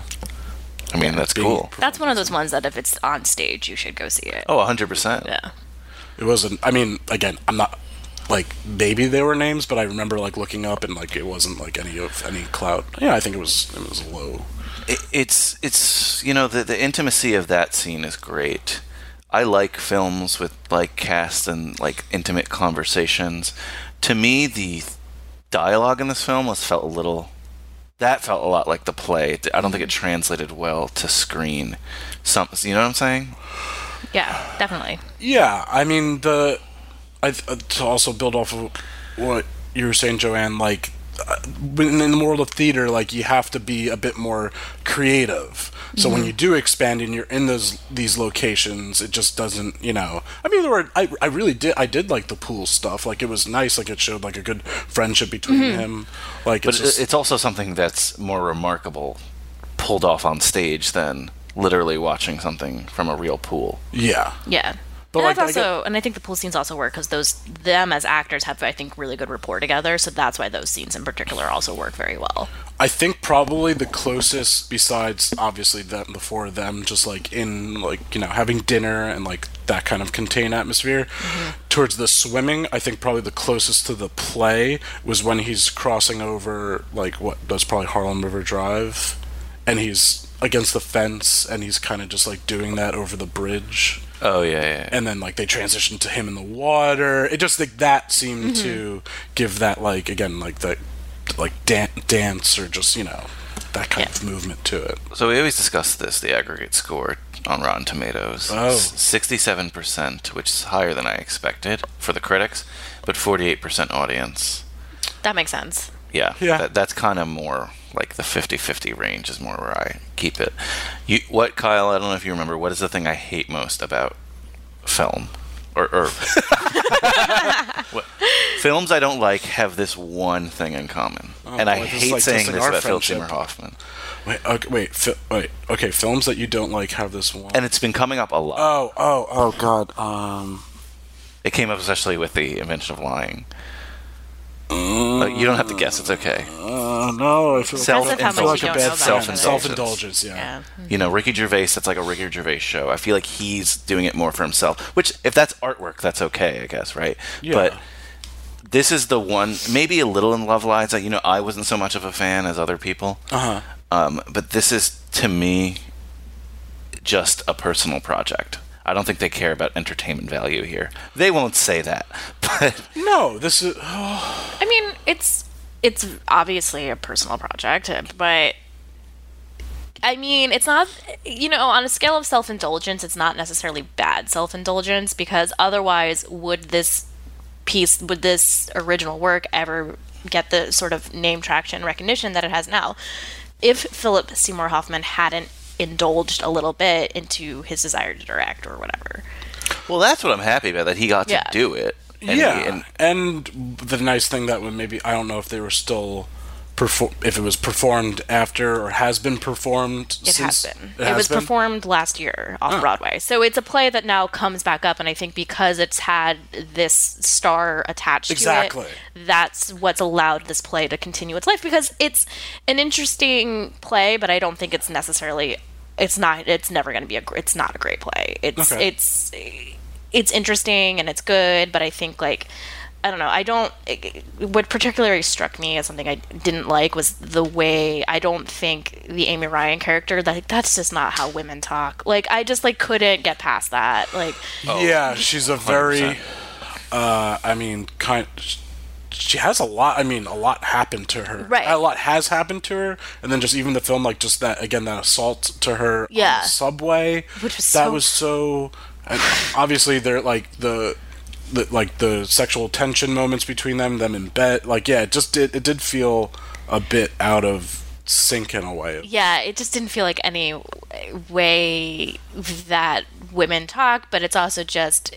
S2: I mean, that's
S3: being
S2: cool.
S8: That's one of those ones that if it's on stage, you should go see it.
S2: Oh, 100%.
S8: Yeah.
S3: It wasn't. I mean, again, I'm not like maybe they were names, but I remember like looking up and like it wasn't like any of any clout. Yeah, I think it was it was low.
S2: It, it's, it's you know, the, the intimacy of that scene is great. I like films with, like, cast and, like, intimate conversations. To me, the dialogue in this film was felt a little. That felt a lot like the play. I don't think it translated well to screen. Some, you know what I'm saying?
S8: Yeah, definitely.
S3: Yeah, I mean the I th- uh, to also build off of what you were saying, Joanne. Like uh, in in the world of theater, like you have to be a bit more creative. So when you do expand and you're in those these locations, it just doesn't. You know, I mean, there were I, I really did I did like the pool stuff. Like it was nice. Like it showed like a good friendship between him. Like
S2: But
S3: it's just,
S2: it- it's also something that's more remarkable pulled off on stage than literally watching something from a real pool.
S3: yeah.
S8: Yeah.
S3: But,
S8: and
S3: like,
S8: that's
S3: I
S8: also, and I think the pool scenes also work because those them as actors have, I think, really good rapport together. So that's why those scenes in particular also work very well.
S3: I think probably the closest, besides obviously them, the four of them, just like in like you know having dinner and like that kind of contained atmosphere. Towards the swimming, I think probably the closest to the play was when he's crossing over like what that's probably Harlem River Drive, and he's against the fence and he's kind of just like doing that over the bridge
S2: Oh yeah, yeah.
S3: and then like they transitioned to him in the water. It just like that seemed
S2: Mm-hmm.
S3: to give that like again like the like dan- dance or just you know that kind of movement to it.
S2: So we always discuss this, the aggregate score on Rotten Tomatoes.
S3: Oh.
S2: Sixty-seven percent, which is higher than I expected for the critics, but forty-eight percent audience.
S8: That makes sense.
S2: Yeah.
S3: Yeah.
S2: That, that's kind of more like the 50-50 range is more where I keep it. You what Kyle, I don't know if you remember, what is the thing I hate most about film or or What- films I don't like have this one thing in common. and I
S3: Oh, boy, this is
S2: hate
S3: like
S2: saying
S3: testing
S2: this
S3: our
S2: about Philip
S3: friendship.
S2: Seymour Hoffman.
S3: Wait, okay, wait, fi- wait. Okay, films that you don't like have this one.
S2: And it's been coming up a lot.
S3: oh, oh, oh, God. Um,
S2: It came up especially with the invention of lying. Uh, you don't have to guess. It's okay.
S3: uh, no, I feel
S2: Self-
S3: I feel
S2: Impressive
S3: like
S2: how
S3: a
S2: much you don't know
S3: bad
S2: about
S3: self
S2: it.
S3: indulgence. Yeah.
S8: Yeah.
S2: You know, Ricky Gervais. That's like a Ricky Gervais show. I feel like he's doing it more for himself. Which, if that's artwork, that's okay, I guess, right?
S3: Yeah.
S2: But this is the one. Maybe a little in Love Lies. That you know, I wasn't so much of a fan as other people.
S3: Uh huh.
S2: Um, but this is to me just a personal project. I don't think they care about entertainment value here. They won't say that, but
S3: No, this is.
S8: I mean, it's it's obviously a personal project, but I mean, it's not you know, on a scale of self-indulgence, it's not necessarily bad self-indulgence because otherwise would this piece would this original work ever get the sort of name traction recognition that it has now? If Philip Seymour Hoffman hadn't indulged a little bit into his desire to direct or whatever.
S2: well, that's what I'm happy about. That he got
S8: Yeah.
S2: to do it. And
S3: yeah,
S2: he- and
S3: and, the nice thing that would maybe I don't know if they were still perform if it was performed after or has been performed.
S8: It
S3: since,
S8: has been. It,
S3: has
S8: was
S3: been?
S8: performed last year off Broadway. So it's a play that now comes back up, and I think because it's had this star attached
S3: Exactly.
S8: to it, that's what's allowed this play to continue its life because it's an interesting play, but I don't think it's necessarily. It's not. It's never going to be a. gr- It's not a great play. It's
S3: Okay.
S8: it's it's interesting and it's good, but I think like I don't know. I don't. It, what particularly struck me as something I didn't like was the way I don't think the Amy Ryan character like that's just not how women talk. Like I just like couldn't get past that. Like
S3: Yeah, she's a very.
S2: 100%.
S3: Uh, I mean, kind. she has a lot. I mean, a lot happened to her.
S8: Right.
S3: A lot has happened to her, and then just even the film, like just that again, that assault to her on
S8: Yeah.
S3: the subway,
S8: Which was
S3: that
S8: so-
S3: was so. And obviously, they're like the. The, like the sexual tension moments between them, them in bed, like yeah, it just did. It did feel a bit out of sync in a way.
S8: yeah, it just didn't feel like any way that women talk, but it's also just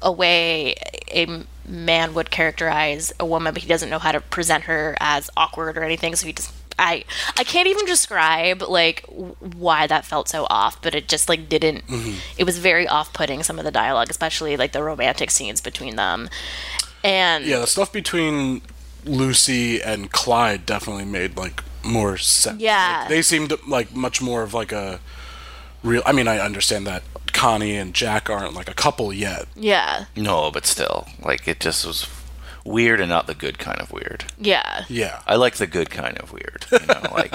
S8: a way a man would characterize a woman, but he doesn't know how to present her as awkward or anything, so he just. I, I can't even describe like w- why that felt so off but it just like didn't
S3: Mm-hmm.
S8: it was very off-putting some of the dialogue especially like the romantic scenes between them and
S3: Yeah, the stuff between Lucy and Clyde definitely made like more sense.
S8: Yeah.
S3: Like, they seemed like much more of like a real. I mean, I understand that Connie and Jack aren't like a couple yet.
S8: yeah
S2: No, but still, like it just was weird and not the good kind of weird.
S8: yeah
S3: Yeah,
S2: I like the good kind of weird. You know, like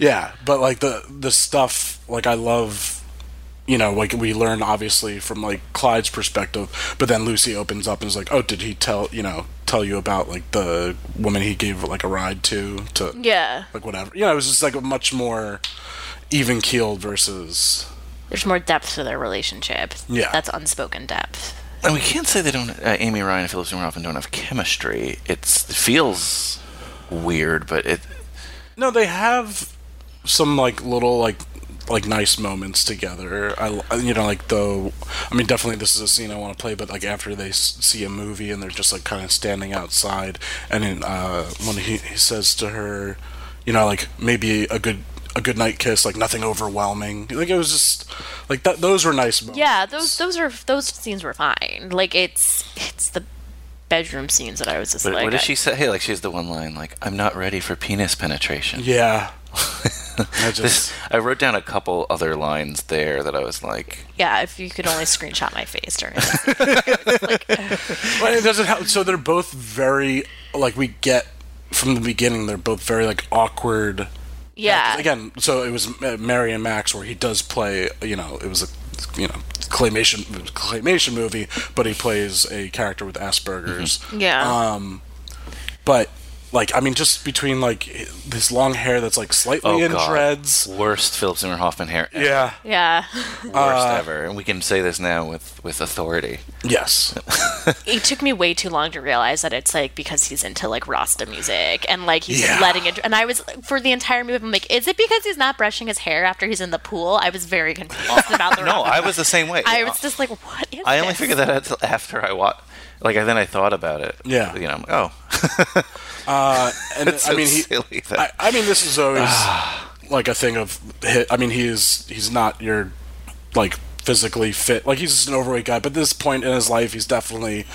S3: yeah, but like the the stuff like I love. You know, like we learn obviously from like Clyde's perspective, but then Lucy opens up and is like, "Oh, did he tell you know tell you about like the woman he gave like a ride to to
S8: yeah
S3: like whatever. You know, it was just like a much more even keeled versus
S8: there's more depth to their relationship.
S3: Yeah.
S8: That's unspoken depth.
S2: and we can't say they don't. Uh, Amy Ryan and Philip Seymour Hoffman don't have chemistry. It's, it feels weird, but it
S3: no. They have some like little like like nice moments together. I you know like the I mean definitely this is a scene I want to play, but like after they s- see a movie and they're just like kind of standing outside, and then uh, when he, he says to her, you know like maybe a good. A good night kiss, like nothing overwhelming. Like it was just, like that. Those were nice moments.
S8: Yeah, those those are those scenes were fine. Like it's it's the bedroom scenes that I was just
S2: But
S8: like
S2: what does
S8: I-
S2: she say? Like she has the one line, like "I'm not ready for penis penetration."
S3: Yeah. I
S2: This, I wrote down a couple other lines there that I was like,
S8: Yeah, if you could only screenshot my face during this.
S3: But it doesn't help. So they're both very like we get from the beginning. They're both very like awkward. 'Cause
S8: Yeah.
S3: Again, so it was uh, Mary and Max where he does play. You know, it was a you know claymation claymation movie, but he plays a character with Asperger's.
S8: Mm-hmm.
S2: Uh,
S8: yeah.
S3: Um, but like I mean, just between like his long hair that's like slightly
S2: "Oh
S3: in
S2: God,
S3: dreads.
S2: worst Philip Seymour Hoffman hair, ever,
S3: Yeah. uh,
S8: yeah.
S2: worst ever." And we can say this now with with authority.
S3: Yes.
S8: It took me way too long to realize that it's like because he's into like Rasta music and like he's
S3: Yeah.
S8: letting it and I was for the entire movie I'm like, is it because he's not brushing his hair after he's in the pool? I was very confused about the
S2: No, I was the same way.
S8: I was just like, what is
S2: I only
S8: this?
S2: figured that out till after I watched. Like I, then I thought about it.
S3: Yeah.
S2: you know, I'm like, oh,
S3: And
S2: it's
S3: I mean, he,
S2: silly. Ah. That,
S3: I, I mean, this is always like a thing of. hi- I mean, he is he's not your like physically fit. Like he's just an overweight guy, but at this point in his life, he's definitely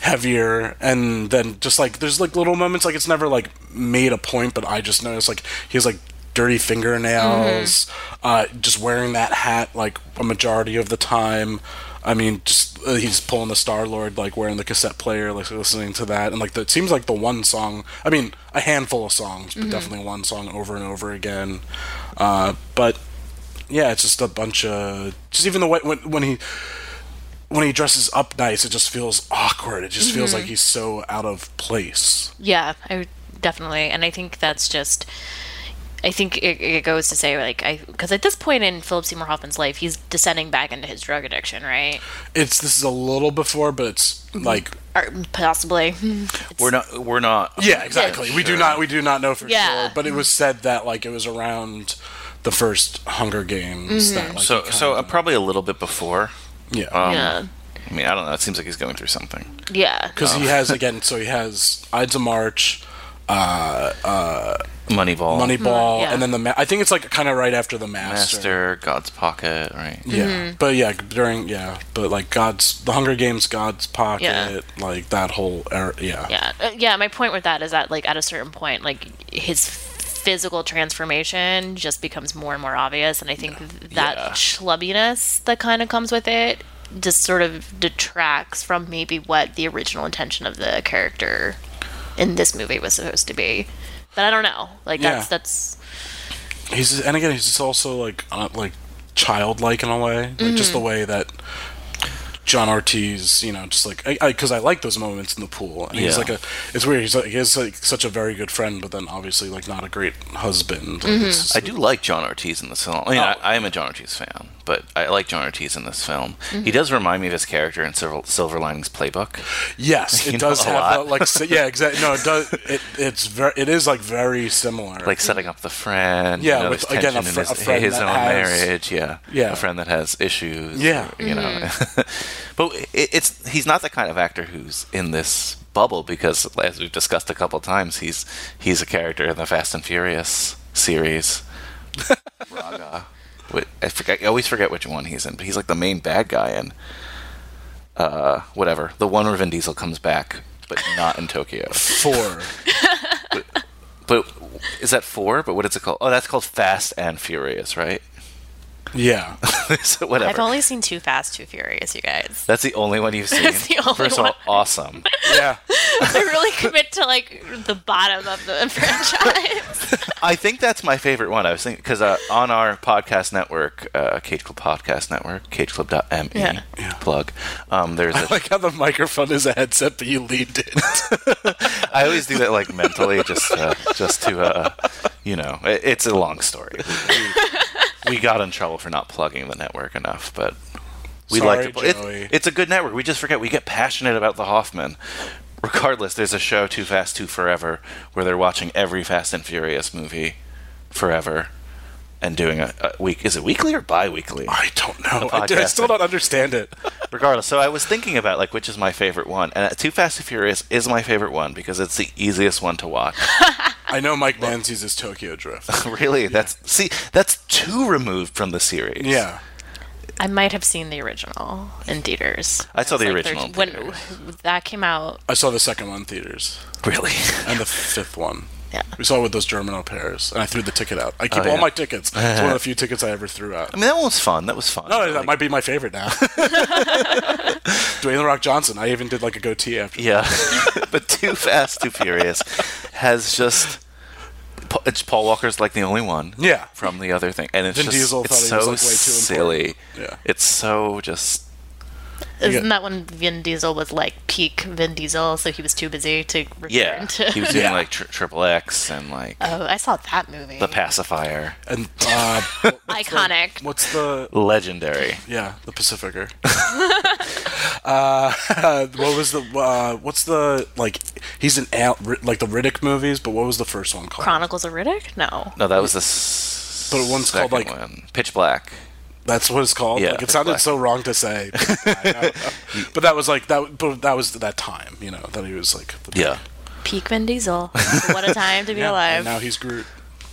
S3: heavier. And then just like there's like little moments like it's never like made a point, but I just noticed like he has like dirty fingernails, uh, just wearing that hat like a majority of the time. I mean, just uh, he's pulling the Star Lord, like wearing the cassette player, like listening to that, and like the, it seems like the one song. I mean, a handful of songs, but definitely one song over and over again. Uh, but yeah, it's just a bunch of just even the way when when he when he dresses up nice, it just feels awkward. It just feels like he's so out of place.
S8: Yeah, I would definitely, and I think that's just. I think it, it goes to say like I because at this point in Philip Seymour Hoffman's life, he's descending back into his drug addiction, right?
S3: It's this is a little before, but it's like
S8: Or possibly.
S2: we're not. We're not.
S3: yeah, exactly. We do not we do not know for
S8: Yeah.
S3: sure, but it was said that like it was around the first Hunger Games. That, like,
S2: So, so uh, probably a little bit before. Um,
S3: yeah.
S8: yeah,
S2: I mean, I don't know. It seems like he's going through something.
S8: yeah,
S3: because
S2: uh,
S3: he has again, so he has Ides of March, uh, uh,
S2: Moneyball,
S3: Moneyball,
S8: yeah.
S3: and then the ma- I think it's like kind of right after the
S2: Master, God's Pocket, right?
S3: Yeah, but yeah, during yeah, but like God's the Hunger Games, God's pocket,
S8: Yeah.
S3: like that whole era. Yeah,
S8: yeah, Uh, yeah. My point with that is that like at a certain point, like his physical transformation just becomes more and more obvious, and I think th- that
S2: Yeah.
S8: schlubbiness that kind of comes with it just sort of detracts from maybe what the original intention of the character in this movie was supposed to be. But I don't know. Like that's
S3: Yeah.
S8: that's
S3: he's and again he's just also like uh, like childlike in a way, like just the way that John Ortiz, you know, just like I because I, like those moments in the pool. And he's
S2: Yeah.
S3: like a it's weird. He's like he's like such a very good friend, but then obviously like not a great husband. Like, it's just-
S2: I do like John Ortiz in this film. I mean,
S3: Oh.
S2: I, I am a John Ortiz fan, but I like John Ortiz in this film.
S8: Mm-hmm.
S2: He does remind me of his character in Silver, Silver Linings Playbook.
S3: Yes,
S2: You
S3: it
S2: know,
S3: does
S2: a
S3: have
S2: lot.
S3: that, like s- yeah, exactly. No, it does. It, it's very. It is like very similar.
S2: like setting up the friend.
S3: Yeah,
S2: you know,
S3: with,
S2: there's
S3: again, a
S2: tension in
S3: fr-
S2: his,
S3: a friend
S2: his
S3: that
S2: own
S3: has-
S2: marriage. Yeah,
S3: Yeah.
S2: a friend that has issues.
S3: Yeah. Mm-hmm.
S2: you know, but it, it's he's not the kind of actor who's in this bubble because, as we've discussed a couple times, he's he's a character in the Fast and Furious series. Braga. Wait, I, forget, I always forget which one he's in, but he's like the main bad guy in uh, whatever. The one where Vin Diesel comes back, but not in Tokyo.
S3: four.
S2: But is that four? But what is it called? Oh, that's called Fast and Furious, right?
S3: Yeah,
S2: so whatever.
S9: I've only seen Too Fast, Too Furious, you guys.
S2: that's the only one you've seen.
S8: That's the only
S2: First
S8: one.
S2: of all, awesome.
S3: yeah.
S8: I really commit to like the bottom of the franchise.
S2: I think that's my favorite one. I was thinking because uh, on our podcast network, uh, Cage Club Podcast Network, CageClub.me
S8: Yeah.
S2: E, plug. Um, there's a,
S3: Like how the microphone is a headset, but you leaned it.
S2: I always do that like mentally, just uh, just to uh, you know, it, it's a long story. We, we got in trouble for not plugging the network enough, but we like
S3: Sorry,
S2: to. it-
S3: Joey.
S2: it's a good network. We just forget we get passionate about the Hoffman. Regardless, there's a show Too Fast, Too Forever where they're watching every Fast and Furious movie forever and doing a, a week. Is it weekly or bi-weekly?
S3: I don't know.
S2: The
S3: I, did- I
S2: podcast
S3: still
S2: thing.
S3: don't understand it.
S2: regardless so i was thinking about like which is my favorite one and uh, too fast and furious is my favorite one because it's the easiest one to watch
S3: I know Mike Mans uses Tokyo Drift.
S2: really that's see that's two removed from the series
S3: Yeah,
S8: I might have seen the original in theaters.
S2: I saw
S8: was,
S2: the
S8: like,
S2: original in
S8: 13 when that came out.
S3: I saw the second one in theaters
S2: really
S3: and the fifth one.
S8: Yeah.
S3: We saw it with those German au pairs, and I threw the ticket out. I keep
S2: Oh,
S3: all
S2: yeah.
S3: my tickets. It's one of the few tickets I ever threw out.
S2: i mean that one was fun that was fun
S3: No, that
S2: Like,
S3: might be my favorite now. Dwayne The Rock Johnson. I even did like a goatee after.
S2: yeah but too fast too furious has just Pa- it's paul walker's like the only one
S3: Yeah.
S2: from the other thing and it's
S3: Vin
S2: just
S3: Diesel
S2: it's
S3: thought he was,
S2: so
S3: like, way too
S2: silly
S3: important. Yeah.
S2: it's so just
S8: Isn't that when Vin Diesel was like peak Vin Diesel, so he was too busy to return
S2: yeah
S8: to?
S2: he was doing like tri- triple x and like
S8: oh, I saw that movie.
S2: the pacifier
S3: And uh,
S8: Iconic.
S3: what's the
S2: legendary
S3: yeah the Pacificer? uh, what was the uh, what's the like? He's in al- Ri- like the Riddick movies, but what was the first one called?
S8: Chronicles of Riddick? No.
S2: No, that was the. s-
S3: But one's called,
S2: second
S3: like-
S2: one. Pitch Black.
S3: That's what it's called.
S2: Yeah,
S3: like, it
S2: it's
S3: sounded
S2: black.
S3: so wrong to say, but that was like that. But that was that time, you know, that he was like the,
S8: Peak Vin Diesel. what a time to be
S3: And
S8: alive.
S3: now he's Groot.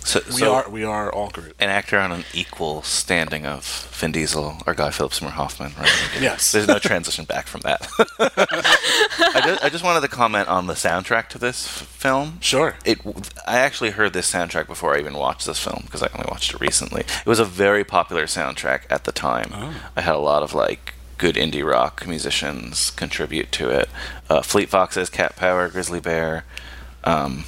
S2: So,
S3: We
S2: so
S3: are we are all Groot.
S2: an actor on an equal standing of Vin Diesel or Guy Phillips Seymour Hoffman, right?
S3: Yes.
S2: There's no transition back from that. I, just, I just wanted to comment on the soundtrack to this f- film.
S3: Sure.
S2: It. I actually heard this soundtrack before I even watched this film because I only watched it recently. It was a very popular soundtrack at the time.
S3: Oh.
S2: I had a lot of like good indie rock musicians contribute to it. Uh, Fleet Foxes, Cat Power, Grizzly Bear. Um,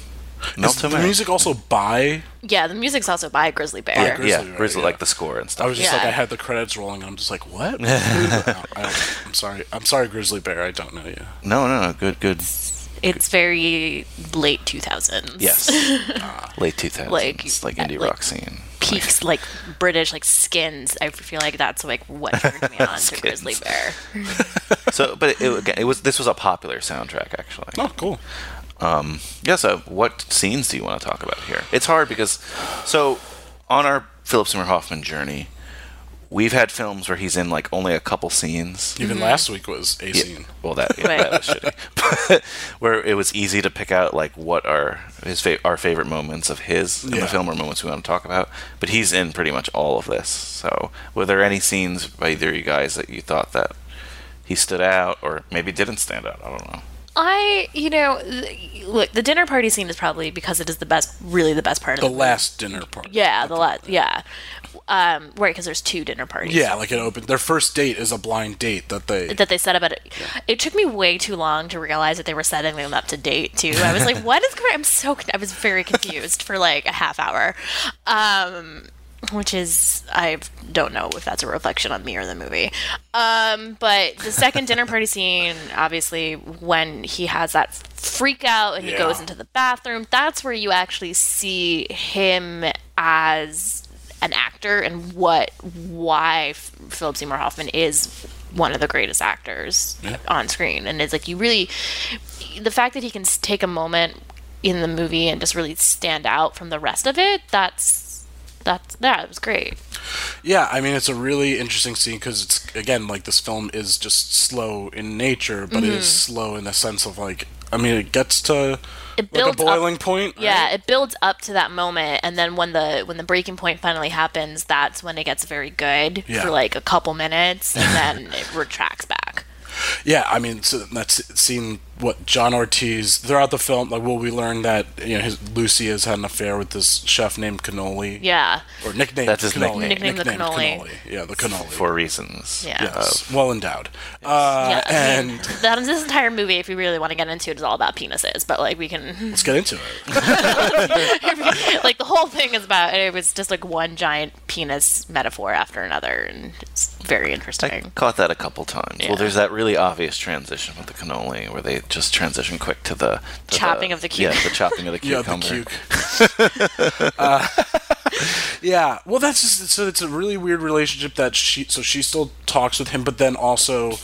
S2: Mel
S3: Is the
S2: Torme.
S3: music also by
S8: yeah, the music's also by Grizzly Bear.
S3: Yeah, Grizzly,
S2: yeah,
S3: right?
S2: Grizzly,
S3: Yeah.
S2: like the score and stuff.
S3: I was just
S8: Yeah.
S3: like, I had the credits rolling, and I'm just like, what? I, am sorry. I'm sorry, Grizzly Bear. I don't know you.
S2: no, no, no, good, good.
S8: It's very late 2000s.
S2: Yes, Uh, late 2000s,
S8: Like-
S2: like, like indie
S8: like-
S2: rock scene.
S8: Peaks like British, like skins. I feel like that's like what turned me on to
S2: Skins.
S8: Grizzly Bear.
S2: So, but it, again, it was this was a popular soundtrack actually.
S3: Oh, cool.
S2: Um, yeah. So, what scenes do you want to talk about here? It's hard because, so, on our Philip Seymour Hoffman journey, we've had films where he's in like only a couple scenes.
S8: Mm-hmm.
S3: Even last week was a scene.
S2: Well, that, yeah,
S8: Right.
S2: that was shitty. But where it was easy to pick out like what are his fa- our favorite moments of his in
S3: Yeah.
S2: the film or moments we want to talk about. But he's in pretty much all of this. So were there any scenes by either of you guys that you thought that he stood out or maybe didn't stand out? I don't know.
S8: I, you know, th- look, the dinner party scene is probably because it is the best, really the best part of
S3: The
S8: the
S3: last dinner party.
S8: Yeah, the last. Yeah, um, right. Because there's two dinner parties.
S3: Yeah, like it opened. Their first date is a blind date that they.
S8: That they set up at it. It took me way too long to realize that they were setting them up to date too. I was like, "What is going?" I'm so. con- I was very confused for like a half hour. Um, which is I don't know if that's a reflection on me or the movie. Um, but the second dinner party scene, obviously, when he has that freak out and he
S3: Yeah.
S8: goes into the bathroom, that's where you actually see him as an actor and what why F- Philip Seymour Hoffman is one of the greatest actors on screen and it's like you really the fact that he can s- take a moment in the movie and just really stand out from the rest of it that's that's that was great
S3: Yeah, I mean it's a really interesting scene because it's again like this film is just slow in nature, but it is
S8: Mm-hmm.
S3: slow in the sense of like I mean it gets to
S8: it
S3: like a
S8: builds
S3: boiling
S8: up,
S3: point.
S8: yeah
S3: right?
S8: it builds up to that moment and then when the when the breaking point finally happens that's when it gets very good
S3: Yeah.
S8: for like a couple minutes and then it retracts back
S3: yeah. I mean so that's seen what John Ortiz throughout the film. Like, well, we learn that you know his Lucy has had an affair with this chef named Cannoli.
S8: yeah
S3: or nickname.
S2: That's his
S3: cannoli.
S2: nickname.
S8: Nickname, the cannoli.
S3: Yeah, the cannoli.
S2: for reasons.
S8: Yeah.
S3: yes, well endowed. Uh,
S8: Yeah, I mean,
S3: And
S8: that this entire movie, if we really want to get into it, is all about penises. But like we can,
S3: let's get into it.
S8: like the whole thing is about it was just like one giant penis metaphor after another, and it's very
S2: I
S8: interesting.
S2: caught that a couple times.
S8: Yeah.
S2: Well, there's that really obvious transition with the cannoli where they just transition quick to the to
S8: Chopping of the
S2: cucumber. Yeah,
S8: cuc-
S2: the chopping of the
S3: Yeah,
S2: cucumber.
S3: the cuke. Uh, yeah, well, that's just so it's a really weird relationship that she. So she still talks with him, but then also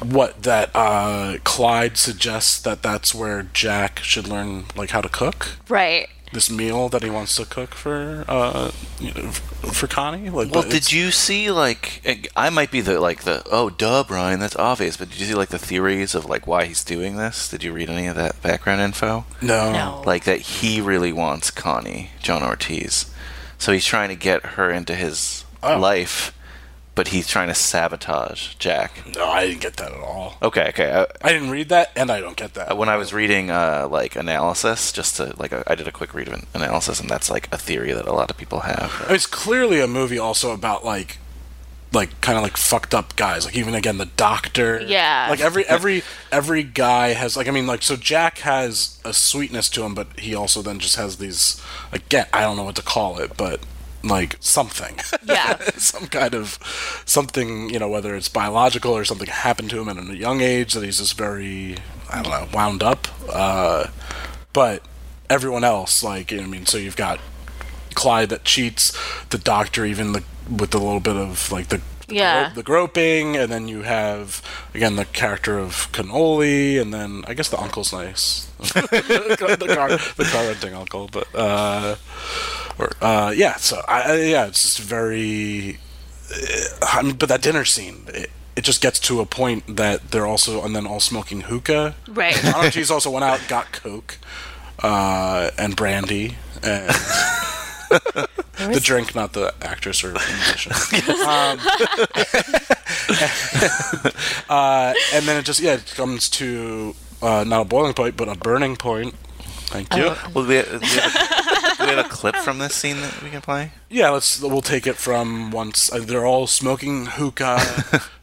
S3: what that uh, Clyde suggests that that's where Jack should learn like how to cook
S8: Right.
S3: this meal that he wants to cook for uh, you know, f- for Connie. Like,
S2: Well,
S3: but
S2: did you see like I might be the like the oh duh Brian that's obvious, but did you see like the theories of like why he's doing this? Did you read any of that background info?
S3: it's- no,
S8: No.
S2: Like that he really wants Connie John Ortiz, so he's trying to get her into his
S3: Oh.
S2: life, but he's trying to sabotage Jack.
S3: no, I didn't get that at all.
S2: Okay, okay. I,
S3: I didn't read that, and I don't get that.
S2: when I was reading uh, like analysis, just to like I did a quick read of an analysis, and that's like a theory that a lot of people have.
S3: I mean, it's clearly a movie also about like like kind of like fucked up guys like even again the doctor
S8: Yeah.
S3: like every every every guy has like i mean like so jack has a sweetness to him but he also then just has these again i don't know what to call it but like something
S8: Yeah.
S3: some kind of something you know whether it's biological or something happened to him at a young age that he's just very i don't know wound up uh but everyone else like i mean so you've got Clyde that cheats, the doctor even the with the little bit of like the the
S8: Yeah.
S3: gro- the groping, and then you have again the character of Cannoli, and then I guess the uncle's nice, the car the car renting uncle, but uh, or uh, yeah, so I, I- yeah, it's just very, uh, I mean, but that dinner scene. It, it just gets to a point that they're also and then all smoking hookah.
S8: Right.
S3: Archie's also went out, got coke, uh, and brandy, and the drink, not the actress or musician. um, uh, and then it just yeah, it comes to uh, not a boiling point, but a burning point. Thank you.
S2: Well, we, we, have a, we have a clip from this scene that we can play.
S3: Yeah, let's we'll take it from once uh, they're all smoking hookah.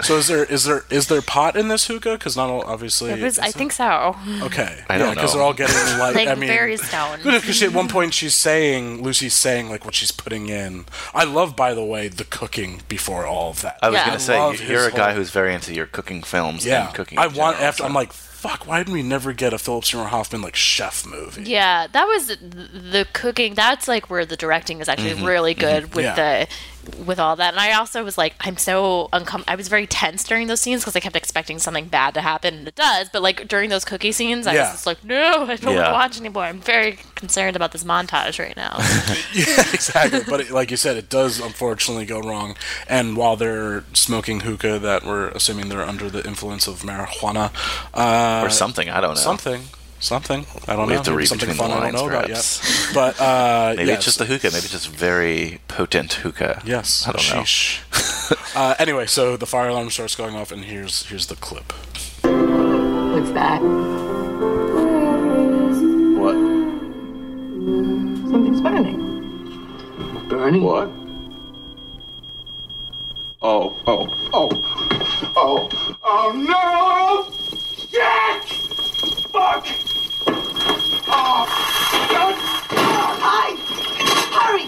S3: so is there is there is there pot in this hookah? Because not all obviously.
S8: It was, I
S3: is
S8: think so.
S3: there? Okay.
S2: I don't
S3: because
S2: know.
S3: they're all getting like
S8: Like
S3: I mean
S8: very stoned.
S3: Because at one point she's saying Lucy's saying like what she's putting in. I love by the way the cooking before all of that.
S2: I was
S8: Yeah. I
S2: gonna say
S3: love
S2: you- you're a
S3: his
S2: guy
S3: whole-
S2: who's very into your cooking films
S3: yeah.
S2: and cooking.
S3: I
S2: in
S3: want
S2: general,
S3: after
S2: so-
S3: I'm like fuck. Why did we never get a Philip Seymour Hoffman like chef movie?
S8: Yeah, that was th- the cooking. That's like where the directing is actually really good with
S3: Mm-hmm, Yeah.
S8: the with all that. And I also was like, I'm so uncom. I was very tense during those scenes because I kept expecting something bad to happen, and it does. But like during those cookie scenes, I was
S3: Yeah.
S8: just like, no, I don't want
S2: Yeah.
S8: to watch anymore. I'm very concerned about this montage right now.
S3: yeah, exactly. But it, like you said, it does unfortunately go wrong. And while they're smoking hookah, that we're assuming they're under the influence of marijuana, uh,
S2: or something. I don't know.
S3: something, something. I don't
S2: We
S3: know.
S2: have to read
S3: something
S2: between
S3: fun
S2: the
S3: I don't know
S2: lines,
S3: about
S2: perhaps.
S3: yet. But uh,
S2: Maybe
S3: yes.
S2: it's just the hookah. Maybe it's just very potent hookah.
S3: Yes.
S2: I don't know.
S3: Sheesh. uh, anyway, so the fire alarm starts going off, and here's here's the clip.
S5: What's that?
S10: What?
S5: Something's burning.
S10: Burning? What? Oh, oh, oh, oh,
S11: Oh no! Jack! Fuck! Oh! Don't! Oh, I! Hurry!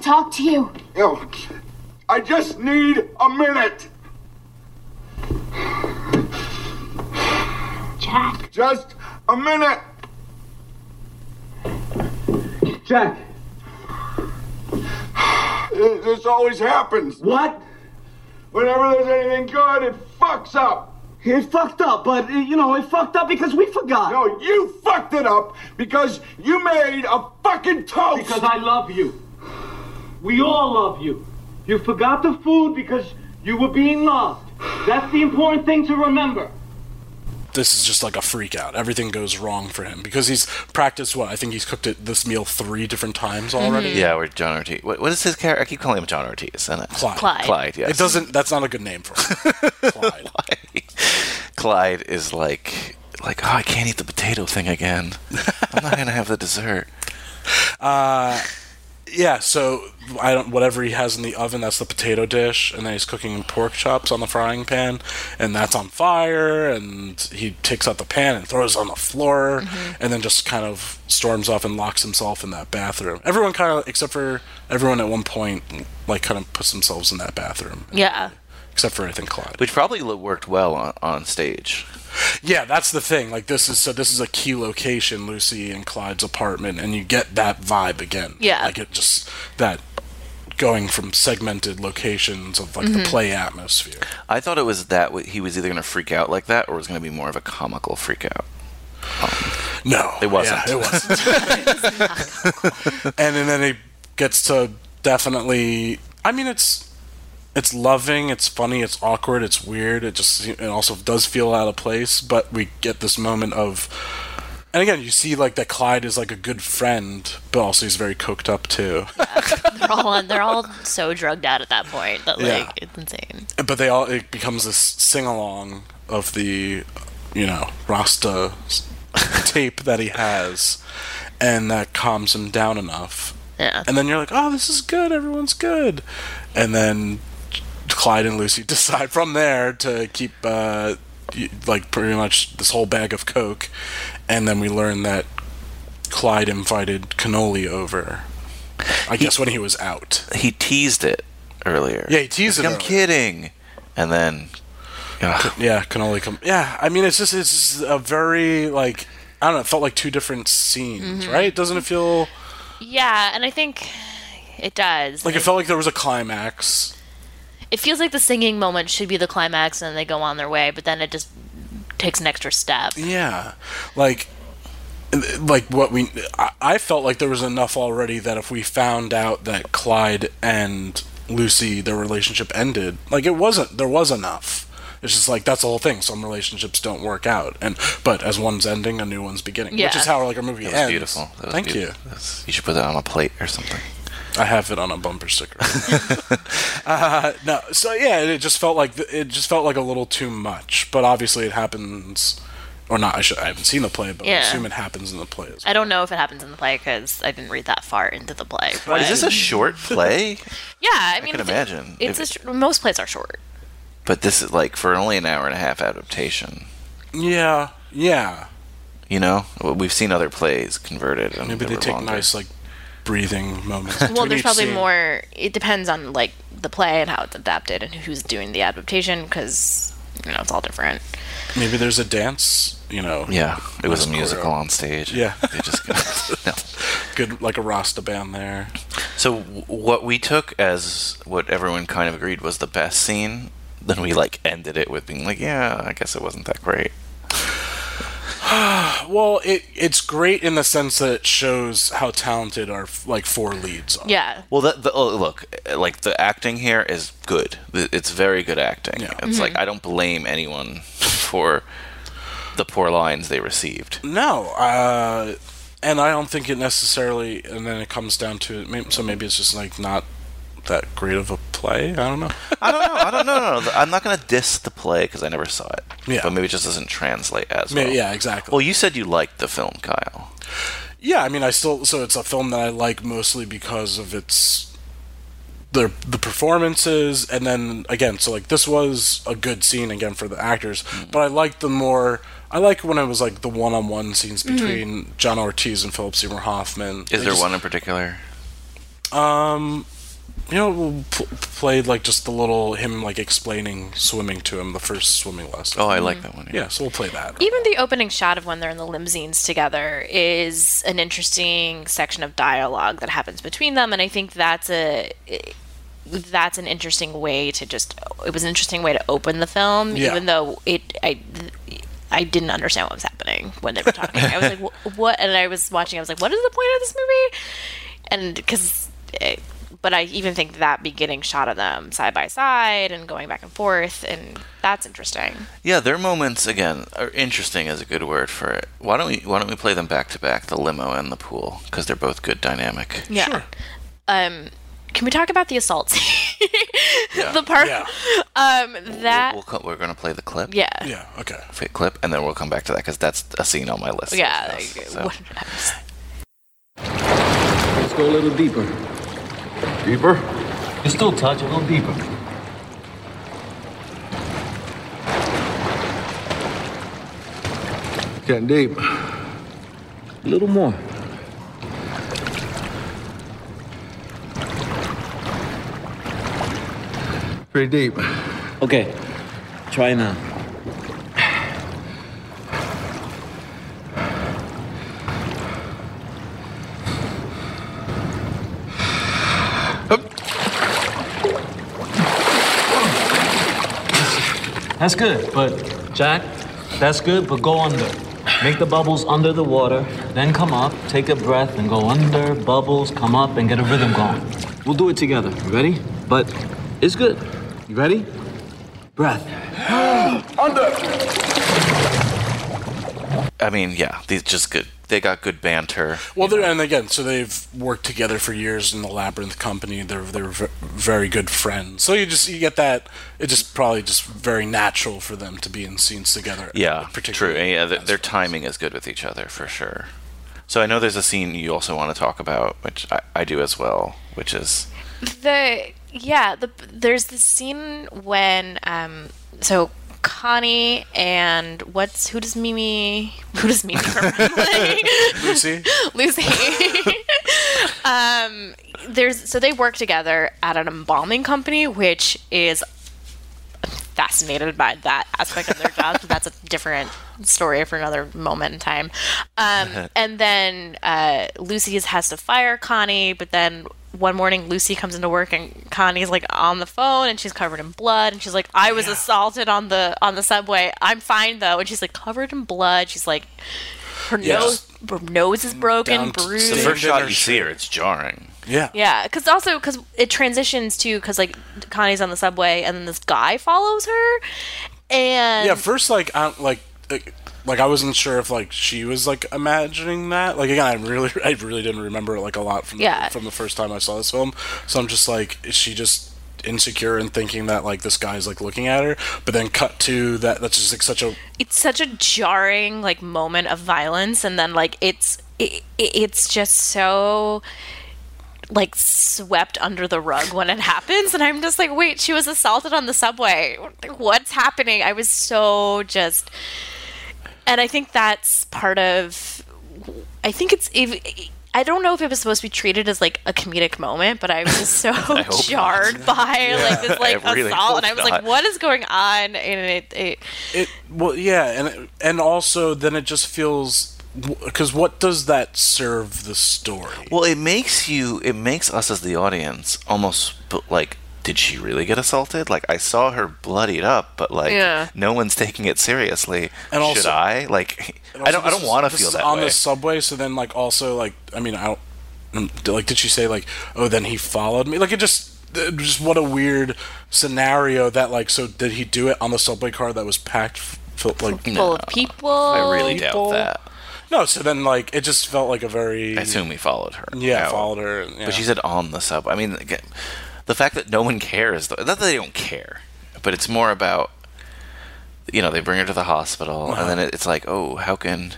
S5: talk to you.
S7: Yo, I just need a minute.
S5: Jack,
S7: Just a minute.
S4: Jack,
S7: Th- This always happens.
S4: what?
S7: Whenever there's anything good, it fucks up.
S4: It fucked up, but uh, you know, it fucked up because we forgot.
S7: No, you fucked it up because you made a fucking toast.
S4: Because I love you. We all love you. You forgot the food because you were being loved. That's the important thing to remember.
S3: This is just like a freak out. Everything goes wrong for him because he's practiced what I think he's cooked it this meal three different times already.
S2: Yeah, or John Ortiz. What, what is his character? I keep calling him John Ortiz, isn't it?
S3: Clyde.
S12: Clyde.
S2: Clyde, yes.
S3: It doesn't. That's not a good name for him. Clyde.
S2: Clyde is like, like, oh, I can't eat the potato thing again. I'm not gonna have the dessert.
S3: Yeah. So I don't. Whatever he has in the oven, that's the potato dish, and then he's cooking pork chops on the frying pan, and that's on fire. And he takes out the pan and throws it on the floor, and then just kind of storms off and locks himself in that bathroom. Everyone kind of, except for everyone at one point, like kind of puts themselves in that bathroom,
S12: Yeah.
S3: except for I think Clyde.
S2: Which probably lo- worked well on, on stage.
S3: Yeah, that's the thing. Like this is so this is a key location, Lucy and Clyde's apartment, and you get that vibe again.
S12: Yeah.
S3: Like it just that going from segmented locations of like the play atmosphere.
S2: I thought it was that w- he was either gonna freak out like that, or it was gonna be more of a comical freak out.
S3: No.
S2: It wasn't.
S3: Yeah, it wasn't. and, then it gets to definitely I mean it's it's loving, it's funny, it's awkward, it's weird, it just it also does feel out of place, but we get this moment of and again, you see like that Clyde is like a good friend, but also he's very cooked up too.
S8: They're all on, they're all so drugged out at that point that like
S3: Yeah.
S8: it's insane.
S3: but they all it becomes this sing along of the you know Rasta s- tape that he has, and that calms him down enough.
S8: Yeah.
S3: And then you're like, oh, this is good. Everyone's good. And then Clyde and Lucy decide from there to keep uh, y- like pretty much this whole bag of coke, and then we learn that Clyde invited Cannoli over. I guess when he was out.
S2: He teased it earlier.
S3: Yeah, he teased
S2: Like,
S3: it
S2: I'm
S3: earlier."
S2: kidding. And then, ugh,
S3: Yeah, can only come. Yeah, I mean, it's just it's just a very like I don't know. It felt like two different scenes, right? Doesn't it feel
S8: Yeah, and I think it does.
S3: like it felt like there was a climax?
S8: it feels like the singing moment should be the climax and then they go on their way, but then it just takes an extra step.
S3: Yeah, like like what we I, I felt like there was enough already that if we found out that Clyde and Lucy their relationship ended, like it wasn't there was enough. It's just like that's the whole thing. Some relationships don't work out, and but as one's ending, a new one's beginning, which
S8: Yeah.
S3: is how like a movie
S2: that was
S3: ends.
S2: beautiful. That was
S3: Thank
S2: beautiful. That's- you should put that on a plate or something.
S3: you. I have it on a bumper sticker. Uh, no so yeah it just felt like it just felt like a little too much but obviously it happens or not i, should, I haven't seen the play but i
S8: Yeah.
S3: assume it happens in the play as well.
S8: I don't know if it happens in the play because I didn't read that far into the play. But
S2: Is this a short play?
S8: yeah, I mean,
S2: can
S8: it's a-
S2: imagine.
S8: It's a,
S2: If-
S8: sh- most plays are short.
S2: but this is like for only an hour and a half adaptation.
S3: yeah yeah
S2: You know, Well, we've seen other plays converted. And
S3: maybe they
S2: were
S3: take
S2: longer.
S3: nice like breathing moments
S8: Well,
S3: between
S8: there's
S3: each
S8: probably
S3: scene.
S8: more. It depends on like the play and how it's adapted and who's doing the adaptation because you know it's all different.
S3: maybe there's a dance you know
S2: Yeah, it was
S3: Nice
S2: a musical
S3: choreo.
S2: on stage.
S3: Yeah.
S2: they just no.
S3: good like a rasta band there
S2: So w- what we took as what everyone kind of agreed was the best scene, then we like ended it with being like, yeah, I guess it wasn't that great.
S3: well it it's great in the sense that it shows how talented our like four leads are
S8: Yeah,
S2: Well, the, the, oh, look, uh, like the acting here is good. Th- It's very good acting.
S3: Yeah.
S2: It's like I don't blame anyone for the poor lines they received.
S3: No, uh, and I don't think it necessarily. And then it comes down to may- so maybe it's just like not that great of a play. I don't know.
S2: I don't know. I don't know. No, no, I'm not gonna diss the play because I never saw it.
S3: Yeah.
S2: but maybe it just doesn't translate as
S3: Maybe,
S2: well.
S3: yeah, exactly.
S2: Well, you said you liked the film, Kyle.
S3: yeah, I mean, I still so it's a film that I like mostly because of its the the performances, and then again, so like this was a good scene again for the actors, but I like the more. I like when it was like the one-on-one scenes between John Ortiz and Philip Seymour Hoffman.
S2: Is
S3: I
S2: there
S3: just-
S2: one in particular?
S3: Um, you know, we'll p- play like just the little him like explaining swimming to him the first swimming lesson.
S2: Oh, I like that one.
S3: Yeah, so we'll play that.
S8: Even the opening shot of when they're in the limousines together is an interesting section of dialogue that happens between them, and I think that's a that's an interesting way to just it was an interesting way to open the film,
S3: Yeah.
S8: even though it I. I didn't understand what was happening when they were talking. I was like, "Wh- "What?" And I was watching. I was like, "What is the point of this movie?" And because, but I even think that beginning shot of them side by side and going back and forth, and that's interesting.
S2: Yeah, their moments again are interesting is a good word for it. Why don't we Why don't we play them back to back, the limo and the pool, because they're both good dynamic.
S8: Yeah. Um, can we talk about the assault scene? the part
S3: Yeah.
S8: um that
S2: We'll, co- we're gonna play the clip.
S8: yeah
S3: Yeah. Okay.
S2: Fit clip, and then we'll come back to that because that's a scene on my list.
S8: yeah. like,
S2: So-
S8: what- I was-
S13: Let's go a little deeper.
S6: Deeper?
S4: You still touch a little deeper.
S6: Getting deep.
S13: A little more.
S6: Pretty deep.
S13: Okay. Try now.
S4: That's good, but Jack, that's good, but go under. Make the bubbles under the water, then come up, take a breath, and go under, bubbles, come up, and get a rhythm going. We'll do it together. You ready? But it's good. You ready? Breath.
S2: I mean, yeah, these just good. They got good banter.
S3: Well, they're, and again, so they've worked together for years in the Labyrinth Company. They're they're v- very good friends. So you just you get that. It just probably just very natural for them to be in scenes together.
S2: Yeah, true.
S3: particularly
S2: and Yeah, their,
S3: as
S2: their
S3: friends.
S2: timing is good with each other for sure. So I know there's a scene you also want to talk about, which I, I do as well, which is
S8: the yeah the there's this scene when um so Connie and what's who does Mimi who does Mimi from
S3: Lucy,
S8: Lucy. um, there's so they work together at an embalming company, which is I'm fascinated by that aspect of their job. but that's a different story for another moment in time. Um, and then uh, Lucy is- has to fire Connie, but then. One morning, Lucy comes into work and Connie's like on the phone and she's covered in blood and she's like, "I was assaulted on the on the subway. I'm fine though." And she's like covered in blood. She's like, her
S3: Yeah.
S8: nose her nose is broken,
S3: Down to-
S8: bruised.
S2: the
S3: They
S2: first
S3: did
S2: shot
S3: their
S2: you see her. It's jarring.
S3: yeah,
S8: yeah, because also because it transitions to because like Connie's on the subway and then this guy follows her, and
S3: yeah. First, like I like. like like I wasn't sure if like she was like imagining that. Like again, I really I really didn't remember like a lot from
S8: Yeah.
S3: the, from the first time I saw this film. So I'm just like, is she just insecure and thinking that like this guy's like looking at her? But then cut to that. That's just like such a
S8: it's such a jarring like moment of violence, and then like it's it, it- it's just so like swept under the rug when it happens and i'm just like wait she was assaulted on the subway what's happening i was so just and i think that's part of I think it's if I don't know if it was supposed to be treated as like a comedic moment, but I was just so
S2: hope
S8: jarred by like this like
S2: I really
S8: assault,
S2: hope
S8: and I was
S2: not.
S8: like, "What is going on?" And it, it
S3: It well, yeah, and and also then it just feels because what does that serve the story?
S2: Well, it makes you. It makes us as the audience almost b- like. Did she really get assaulted? Like I saw her bloodied up, but like
S8: Yeah.
S2: no one's taking it seriously.
S3: And also-
S2: Should I? Like
S3: And
S2: I
S3: also
S2: don't. I
S3: this
S2: don't
S3: is-
S2: want to
S3: this
S2: feel
S3: is
S2: that
S3: on
S2: way.
S3: the subway. So then, like, also, like, I mean, I don't mm, like. Did she say like, oh, then he followed me? Like, it just. it- Just what a weird scenario that like so did he do it on the subway car that was packed f- felt like
S8: full of people.
S2: I really
S3: people-
S2: doubt that.
S3: no so then like it just felt like a very
S2: I assume he followed her.
S3: yeah
S2: out.
S3: followed her and- yeah.
S2: But she said on the sub. I mean, again, the fact that no one cares, though, not that they don't care, but it's more about, you know, they bring her to the hospital,
S3: Uh-huh.
S2: and then it, it's like, oh, how can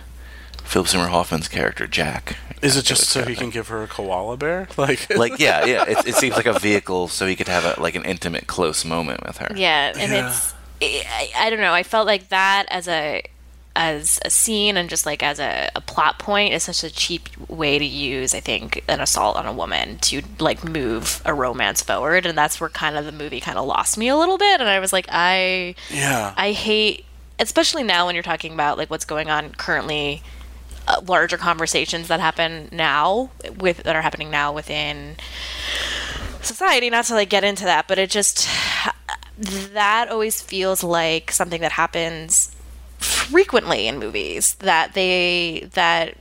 S2: Philip Seymour Hoffman's character, Jack.
S3: is it
S2: do
S3: just
S2: what's
S3: so he
S2: happening?
S3: can give her a koala bear like
S2: Like, yeah, yeah. It, it seems like a vehicle so he could have a, like an intimate, close moment with her.
S8: Yeah, and it's I, I I don't know. I felt like that as a as a scene and just like as a, a plot point is such a cheap way to use, I think, an assault on a woman to like move a romance forward. And that's where kind of the movie kind of lost me a little bit. And I was like, I
S3: Yeah.
S8: I hate, especially now when you're talking about like what's going on currently, uh, larger conversations that happen now with that are happening now within society. Not to like get into that, but it just that always feels like something that happens frequently in movies that they that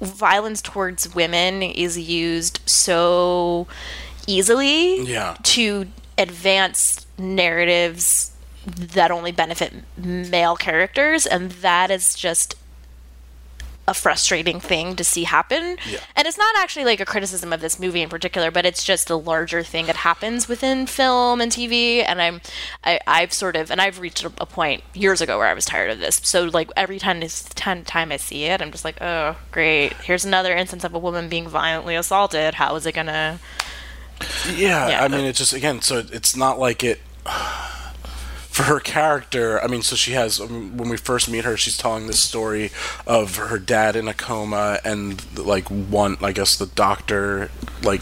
S8: violence towards women is used so easily
S3: Yeah.
S8: to advance narratives that only benefit male characters and that is just a frustrating thing to see happen and it's not actually like a criticism of this movie in particular but it's just a larger thing that happens within film and tv and i'm I, i've sort of and i've reached a, a point years ago where i was tired of this so like every time this time, time i see it i'm just like oh great here's another instance of a woman being violently assaulted how is it gonna
S3: Yeah,
S8: Yeah.
S3: I mean, it's just again, so it's not like it. For her character, I mean, so she has. um, When we first meet her, she's telling this story of her dad in a coma and like one, I guess, the doctor like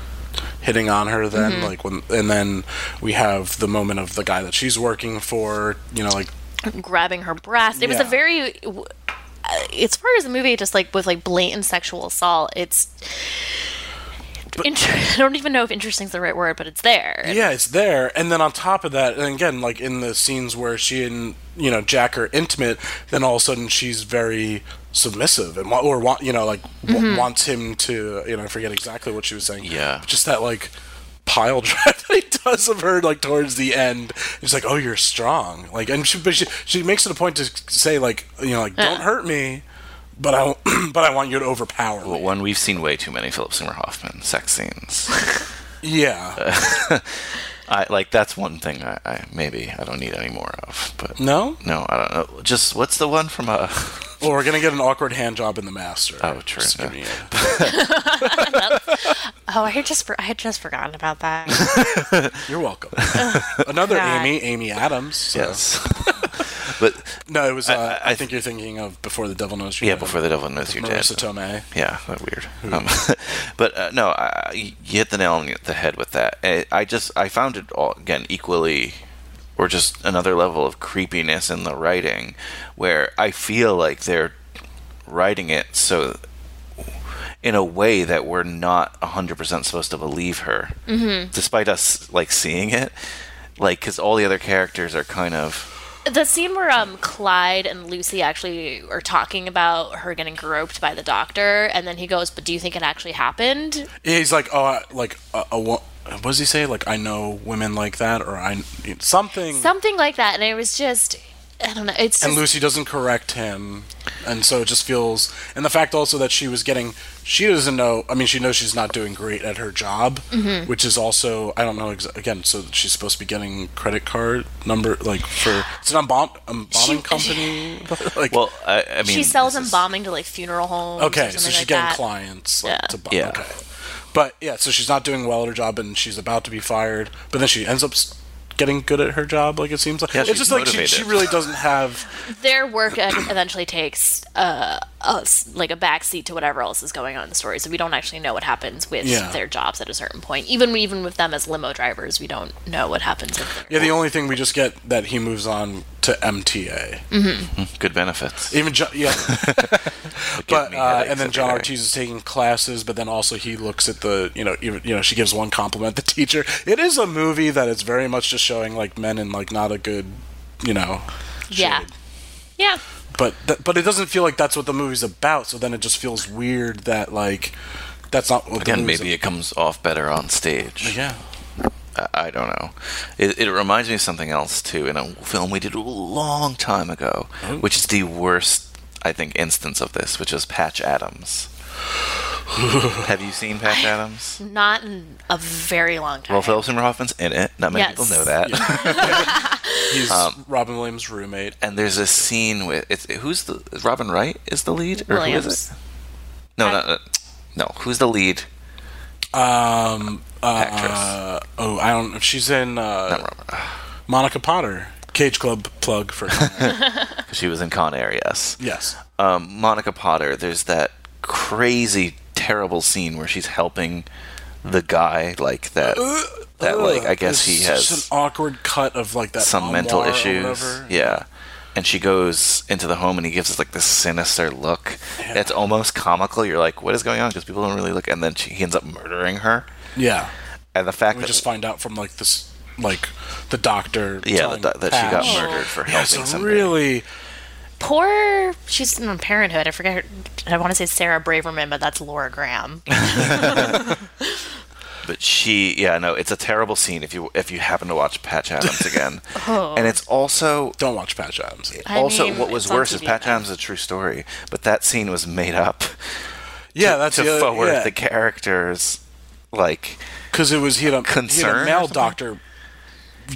S3: hitting on her. Then like when, and then we have the moment of the guy that she's working for. You know, like
S8: grabbing her breast. It was
S3: Yeah.
S8: a very, w- uh, as far as the movie, just like with like blatant sexual assault. It's, inter- I don't even know if interesting's the right word, but it's there.
S3: Yeah, it's there. And then on top of that, and again, like in the scenes where she and you know Jack are intimate, then all of a sudden she's very submissive and wa- or want you know like w- wants him to you know I forget exactly what she was saying.
S2: Mm-hmm. Yeah.
S3: just that like pile drive that he does of her like towards the end. He's like, "Oh, you're strong." Like, and she but she, she makes it a point to say like you know like
S2: Uh.
S3: don't hurt me. But I, won't- but I want you to overpower.
S2: But
S3: me.
S2: one, we've seen way too many Philip Seymour Hoffman sex scenes.
S3: Yeah.
S2: uh. I like that's one thing I, I maybe I don't need any more of. But
S3: no.
S2: no, I don't know. Just what's the one from uh
S3: Well, we're gonna get an awkward hand job in the master.
S2: Oh, true.
S3: Just give
S2: Yeah.
S3: me a-
S8: Oh, I had just for- I had just forgotten about that.
S3: You're welcome. Another
S8: God.
S3: Amy, Amy Adams. so-
S2: yes. but
S3: No, it was. Uh, I,
S2: I- I
S3: think you're thinking of before the devil knows you.
S2: yeah, before the devil knows you're dead.
S3: Marissa Tomei.
S2: Yeah, that weird. Um, but uh, no, I, you hit the nail on the head with that. I, I just I found it all again equally, or just another level of creepiness in the writing, where I feel like they're writing it so in a way that we're not 100% supposed to believe her mm-hmm. despite us like seeing it like because all the other characters are kind of
S8: the scene where um Clyde and Lucy actually are talking about her getting groped by the doctor, and then he goes, "But do you think it actually happened?"
S3: He's like, oh, I, like a, a wo- what does he say? Like, I know women like that, or I something.
S8: Something like that, and it was just. I don't know. It's
S3: Mm. and
S8: just-
S3: Lucy doesn't correct him, and so it just feels. And the fact also that she was getting, she doesn't know. I mean, she knows she's not doing great at her job,
S2: Mm-hmm.
S3: which is also I don't know. Exa- again, so she's supposed to be getting credit card number like for it's an embalm, embalming
S8: She-
S3: company. like,
S2: well i, I mean
S8: she sells
S2: this is-
S8: embalming to like funeral homes. or
S3: okay, so
S8: something
S3: she's
S8: like
S3: getting
S8: that.
S3: clients like,
S8: Yeah.
S3: to buy.
S2: Yeah.
S3: Okay. But yeah, so she's not doing well at her job, and she's about to be fired. But then she ends up s- getting good at her job. Like it seems like
S2: Yeah,
S3: it's
S2: she's
S3: just like she,
S2: motivated.
S3: she really doesn't have.
S8: their work e- eventually takes uh, us like a backseat to whatever else is going on in the story. So we don't actually know what happens with
S3: Yeah.
S8: their jobs at a certain point. Even even with them as limo drivers, we don't know what happens. With their-
S3: Yeah, the only thing we just get that he moves on to MTA.
S2: good benefits
S3: Even John, yeah, but
S2: me
S3: uh,
S2: headaches
S3: and then
S2: every
S3: John
S2: day.
S3: Ortiz is taking classes, but then also he looks at the you know even you know she gives one compliment the teacher. It is a movie that is very much just showing like men in like not a good you know
S8: yeah,
S3: shade.
S8: yeah.
S3: but th- but it doesn't feel like that's what the movie's about. So then it just feels weird that like that's not what the
S2: again
S3: movie's
S2: maybe it comes off better on stage
S3: yeah.
S2: I- I don't know. It, it reminds me of something else too in a film we did a long time ago, which is the worst, I think, instance of this, which is Patch Adams. Have you seen Patch Adams?
S8: Not in a very long time.
S2: Well, Philip Seymour Hoffman's in it. Not many people
S8: Yes.
S2: know that.
S3: He's
S2: Um,
S3: Robin Williams' roommate.
S2: and there's a scene with it's, who's the Robin Wright is the lead or who is
S8: Williams.
S2: it? No, no, no, no. Who's the lead
S3: Um, uh,
S2: actress?
S3: Um, oh, I don't. She's in uh,
S2: Not Robin.
S3: Monica Potter. Cage Club plug for.
S2: she was in Con Air, yes.
S3: Yes.
S2: Um, Monica Potter, there's that crazy, terrible scene where she's helping the guy, like that. that, like, I guess
S3: It's
S2: he has
S3: such an awkward cut of like that
S2: some mental
S3: armoire or
S2: issues.
S3: whatever.
S2: Yeah. And she goes into the home and he gives us like this sinister look. It's almost comical. You're like, what is going on? Because people don't really look. And then she, he ends up murdering her.
S3: Yeah.
S2: And the fact
S3: We
S2: that
S3: just find out from like this, like the doctor.
S2: yeah,
S3: telling
S2: that, that, that she got
S3: Patch.
S2: murdered for
S3: Yeah,
S2: helping
S3: it's a
S2: somebody.
S3: really
S12: Poor. She's in Parenthood. I forget. Her, I want to say Sarah Braverman, but that's Laura Graham.
S2: But she, yeah, no, it's a terrible scene if you if you happen to watch Patch Adams again.
S12: Oh.
S2: And it's also
S3: don't watch Patch Adams.
S12: I
S2: also
S12: mean,
S2: what was
S12: it's on
S2: worse is
S12: TV
S2: Patch
S12: now.
S2: Adams is a true story, but that scene was made up
S3: Yeah, that's
S2: to
S3: the other,
S2: forward
S3: yeah.
S2: the characters like
S3: because it was he had a, he had
S2: concern or
S3: a male
S2: something?
S3: doctor.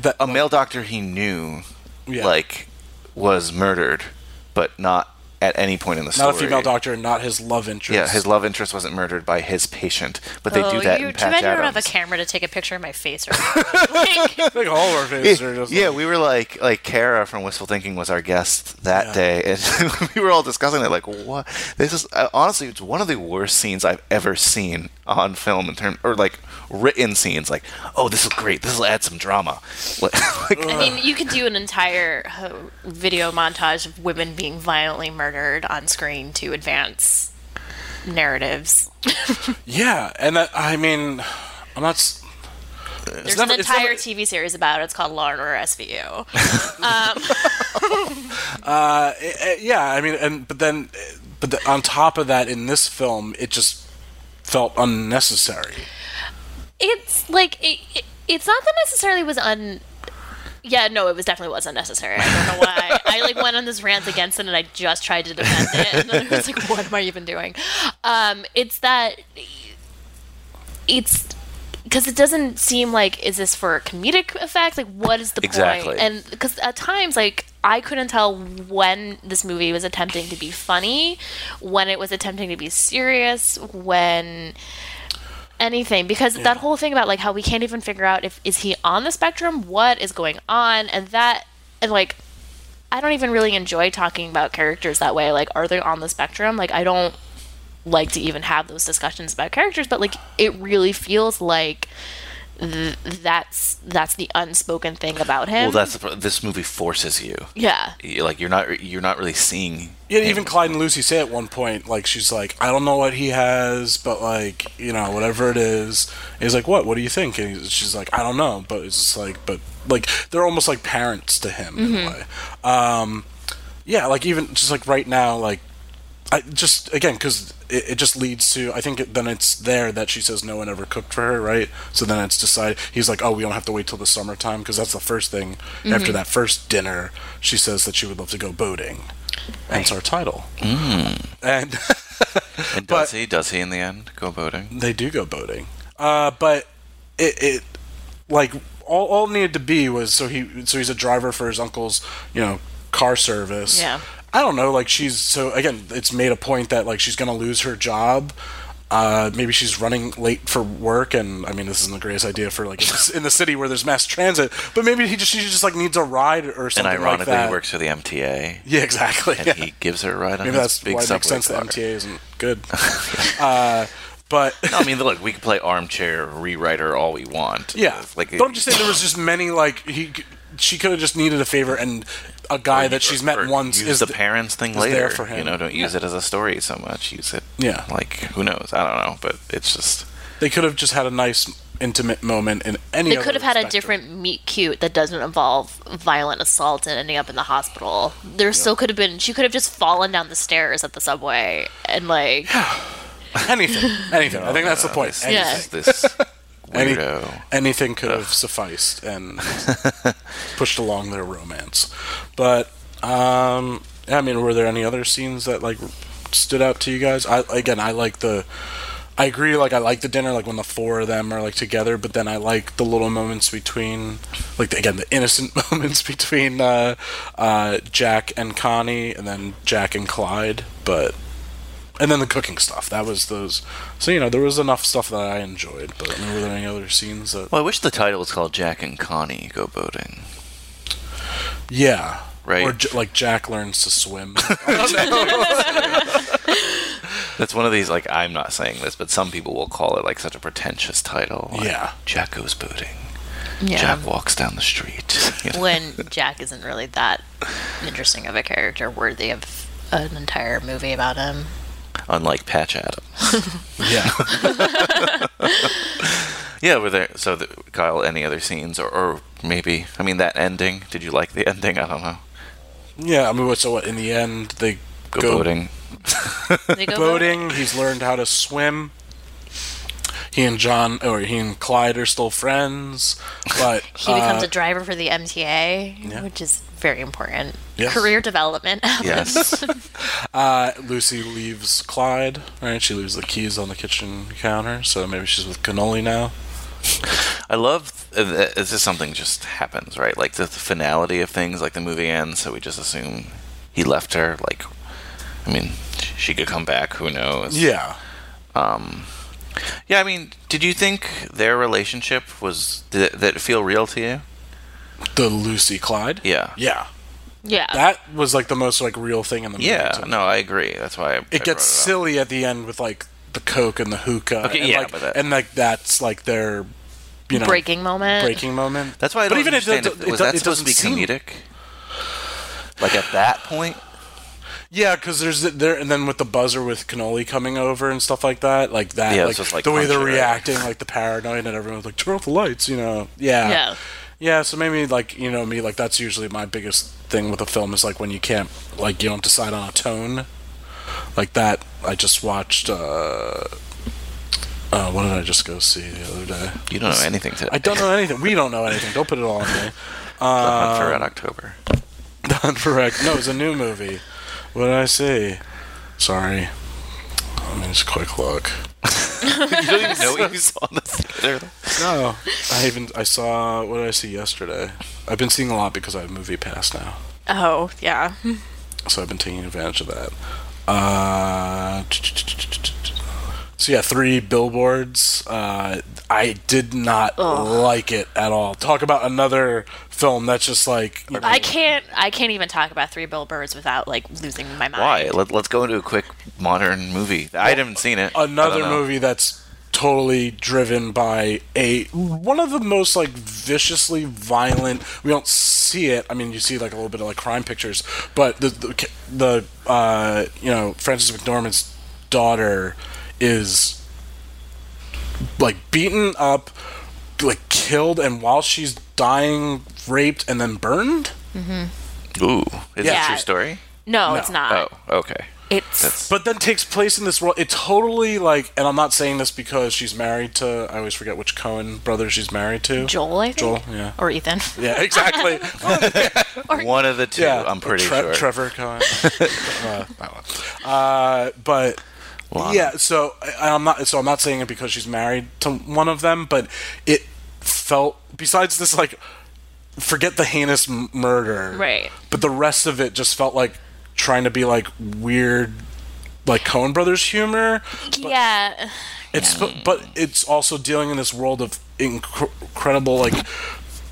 S3: That
S2: a male doctor he knew
S3: yeah.
S2: like was murdered, but not at any point in the story.
S3: not a female doctor, and not his love interest.
S2: Yeah, his love interest wasn't murdered by his patient, but they
S12: oh,
S2: do that
S12: you,
S2: in
S12: too
S2: Patch
S12: bad you don't
S2: Adams.
S12: have a camera to take a picture of my face right now.
S3: I think all of our
S2: Yeah,
S3: faces are just
S2: yeah,
S3: like,
S2: we were like, like Kara from Wistful Thinking was our guest that
S3: Yeah.
S2: day, and we were all discussing it. Like, what? This is uh, honestly, it's one of the worst scenes I've ever seen on film in terms, or like written scenes. Like, oh, this is great. This will add some drama. Like,
S8: I mean, you could do an entire uh, video montage of women being violently murdered on screen to advance narratives.
S3: yeah, and that, I mean, I'm not. s-
S8: There's
S3: never-
S8: an
S3: it's
S8: entire
S3: never-
S8: TV series about it. It's called Law and Order SVU.
S3: eh, Yeah, I mean, and but then, eh, but the, on top of that, in this film, it just felt unnecessary.
S8: it's like it, it, it's not that necessarily was un yeah no it was definitely was unnecessary i don't know why i like went on this rant against it and i just tried to defend it and then i was like what am i even doing um it's that it's because it doesn't seem like is this for comedic effect like what is the point?
S2: Exactly.
S8: and because at times like i couldn't tell when this movie was attempting to be funny when it was attempting to be serious when anything because that whole thing about like how we can't even figure out if is he on the spectrum what is going on and that and like i don't even really enjoy talking about characters that way like are they on the spectrum like i don't like to even have those discussions about characters but like it really feels like th- that's that's the unspoken thing about him
S2: well, that's the, pro- this movie forces you.
S8: yeah
S2: You- Like, you're not you're not really seeing.
S3: Yeah,
S2: him.
S3: even Clyde and Lucy say at one point, like she's like, I don't know what he has, but like you know whatever it is. And he's like, what? What do you think? And he's, she's like, I don't know, but it's just like, but like they're almost like parents to him in a way. Um, yeah, like even just like right now, like I just again because it, it just leads to I think it, then it's there that she says no one ever cooked for her, right? So then it's decided he's like, oh, we don't have to wait till the summertime because that's the first thing after that first dinner. She says that she would love to go boating. Hence our title.
S2: Mm.
S3: And
S2: And does
S3: but-
S2: he? Does he in the end go boating?
S3: they do go boating, uh, but it, it like all, all it needed to be was so he so he's a driver for his uncle's you know car service.
S12: Yeah.
S3: I don't know. Like she's so again, it's made a point that like she's gonna lose her job. Uh, maybe she's running late for work, and I mean this isn't the greatest idea for like in the, in the city where there's mass transit. But maybe he just she just like needs a ride or
S2: And
S3: something like
S2: ironically,
S3: that.
S2: he works for the MTA,
S3: Yeah, exactly.
S2: and
S3: Yeah.
S2: he gives her a ride on
S3: Maybe
S2: his
S3: that's
S2: big
S3: why it
S2: subway
S3: makes sense that
S2: car.
S3: MTA isn't good. uh, but
S2: No, I mean, look, we can play armchair rewriter all we want.
S3: Yeah,
S2: like
S3: but I'm just saying there was just many like he, she could have just needed a favor and a guy that she's met
S2: or
S3: once
S2: use
S3: is
S2: the
S3: th-
S2: parents thing
S3: is
S2: later.
S3: there for
S2: You
S3: him.
S2: know, don't use it as a story so much. Use it.
S3: Yeah.
S2: like who knows? I don't know, but it's just
S3: They could have just had a nice intimate moment in any.
S8: they
S3: other
S8: could have had a
S3: spectrum.
S8: different meet cute that doesn't involve violent assault and ending up in the hospital. There still could have been. She could have just fallen down the stairs at the subway and like
S3: anything, anything. I think that's the point.
S2: This,
S3: Anything,
S8: Yeah.
S2: this, this
S3: Any-
S2: weirdo.
S3: anything could have sufficed and pushed along their romance. But um, I mean, were there any other scenes that like stood out to you guys? I again, I like the. I agree. Like I like the dinner, like when the four of them are like together. But then I like the little moments between, like the, again the innocent moments between uh, uh, Jack and Connie, and then Jack and Clyde. But and then the cooking stuff. That was those. So you know there was enough stuff that I enjoyed. But I mean, were there any other scenes that?
S2: Well, I wish the title was called Jack and Connie Go Boating.
S3: Yeah.
S2: Right.
S3: Or j- like Jack learns to swim.
S2: That's one of these, like, I'm not saying this, but some people will call it, like, such a pretentious title. like,
S3: Yeah.
S2: Jack goes booting.
S8: Yeah.
S2: Jack walks down the street. You know?
S8: when Jack isn't really that interesting of a character worthy of an entire movie about him.
S2: Unlike Patch Adams.
S3: yeah.
S2: Yeah, were there, so the, Kyle, any other scenes? Or, or maybe, I mean, that ending. Did you like the ending? I don't know.
S3: Yeah. I mean, what- so what, in the end, they
S2: Go,
S3: Go-
S2: booting.
S8: They go
S3: boating. He's learned how to swim. He and John, or he and Clyde are still friends, but
S8: He becomes
S3: uh,
S8: a driver for the MTA,
S3: yeah.
S8: which is very important.
S3: Yes.
S8: Career development.
S2: Yes.
S3: uh, Lucy leaves Clyde. Right, she leaves the keys on the kitchen counter, so maybe she's with Cannoli now.
S2: I love uh, th- this is something just happens, right? Like the, the finality of things, like the movie ends, so we just assume he left her. Like, I mean, sh- she could come back. Who knows?
S3: Yeah,
S2: Um, yeah. I mean, did you think their relationship was did it, did it feel real to you?
S3: the Lucy Clyde.
S2: Yeah.
S3: Yeah,
S8: yeah.
S3: that was like the most like real thing in the movie.
S2: Uh, Yeah.
S3: to me.
S2: No, I agree. That's why I, I
S3: it
S2: brought
S3: gets
S2: up.
S3: silly at the end with like the coke and the hookah.
S2: Okay,
S3: and,
S2: yeah,
S3: like,
S2: but that-
S3: and like that's like their you know
S8: Breaking moment.
S3: breaking moment.
S2: That's why I don't
S3: But even if it
S2: understand.
S3: do-
S2: if,
S3: it
S2: was
S3: do-
S2: that
S3: it
S2: supposed to be
S3: doesn't seem-
S2: comedic? Like at that point,
S3: Yeah, because there's there, and then with the buzzer with cannoli coming over and stuff like that, like that,
S2: Yeah, it's
S3: like,
S2: just, like,
S3: the way they're
S2: punchy, right?
S3: reacting, like the paranoid, and everyone's like, turn off the lights, you know? Yeah.
S8: Yeah.
S3: Yeah, so maybe like you know me, like that's usually my biggest thing with a film is like when you can't, like you don't decide on a tone, like that. I just watched. uh uh, what did I just go see the other day?
S2: you don't know anything today.
S3: I don't know anything. We don't know anything. Don't put it all on me.
S2: The Hunt
S3: uh,
S2: for Red October.
S3: Not correct. No, it's a new movie. What did I see? Sorry. Let me just quick look.
S2: you don't even know what you saw in the theater.
S3: No, I even I saw what did I see yesterday. I've been seeing a lot because I have Movie Pass now,
S8: Oh, yeah.
S3: so I've been taking advantage of that. Uh, so yeah, three billboards. Uh, I did not like it at all. Talk about another film that's just like you know,
S8: I can't I can't even talk about Three Billboards without like losing my mind.
S2: Why? Let, let's go into a quick modern movie. I haven't seen it. I
S3: another
S2: don't know.
S3: movie that's totally driven by a one of the most like viciously violent we don't see it i mean you see like a little bit of like crime pictures but the the, the uh you know francis mcdormand's daughter is like beaten up like killed and while she's dying raped and then burned
S2: Ooh, is it a
S8: Yeah.
S2: true story?
S8: No,
S3: No.
S8: it's not.
S2: Oh, okay.
S8: It's
S3: but then takes place in this world. It totally like, and I'm not saying this because she's married to. I always forget which Cohen brother she's married to.
S8: Joel, I think.
S3: Joel, yeah,
S8: Or Ethan.
S3: yeah, exactly.
S2: One of the two.
S3: yeah,
S2: I'm
S3: or
S2: pretty
S3: Tre-
S2: sure.
S3: Trevor Cohen. uh, that one. Uh, but
S2: Lana.
S3: yeah, so I, I'm not. So I'm not saying it because she's married to one of them, but it felt. Besides this, like, forget the heinous m- murder,
S8: Right.
S3: But the rest of it just felt like trying to be like weird, like Cohen brothers humor.
S8: yeah.
S3: It's but it's also dealing in this world of inc- incredible like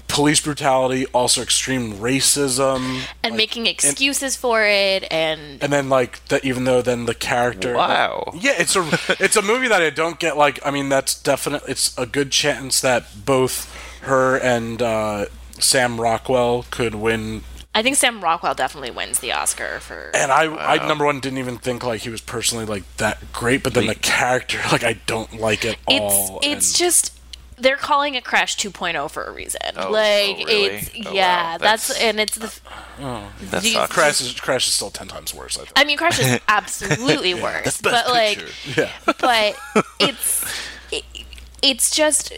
S3: police brutality, also extreme racism,
S8: And
S3: like-
S8: making excuses for it and
S3: and then like that. Even though then the character,
S2: Wow.
S3: yeah, it's a it's a movie that I don't get. Like, I mean, that's definite. It's a good chance that both her and uh, Sam Rockwell could win.
S8: I think Sam Rockwell definitely wins the Oscar for
S3: And I, I number one didn't even think like he was personally like that great, but then the character, like I don't like at
S8: it's
S3: all.
S8: it's
S3: and-
S8: just they're calling it Crash 2.0 for a reason.
S2: Oh,
S8: like
S2: oh, really?
S8: it's
S2: Oh, wow.
S8: yeah, that's,
S2: That's-
S8: and it's the
S2: That
S8: these-
S2: sucks.
S3: Crash is Crash is still ten times worse. I think.
S8: I mean Crash is absolutely worse, but like
S3: Yeah.
S8: but it's it, it's just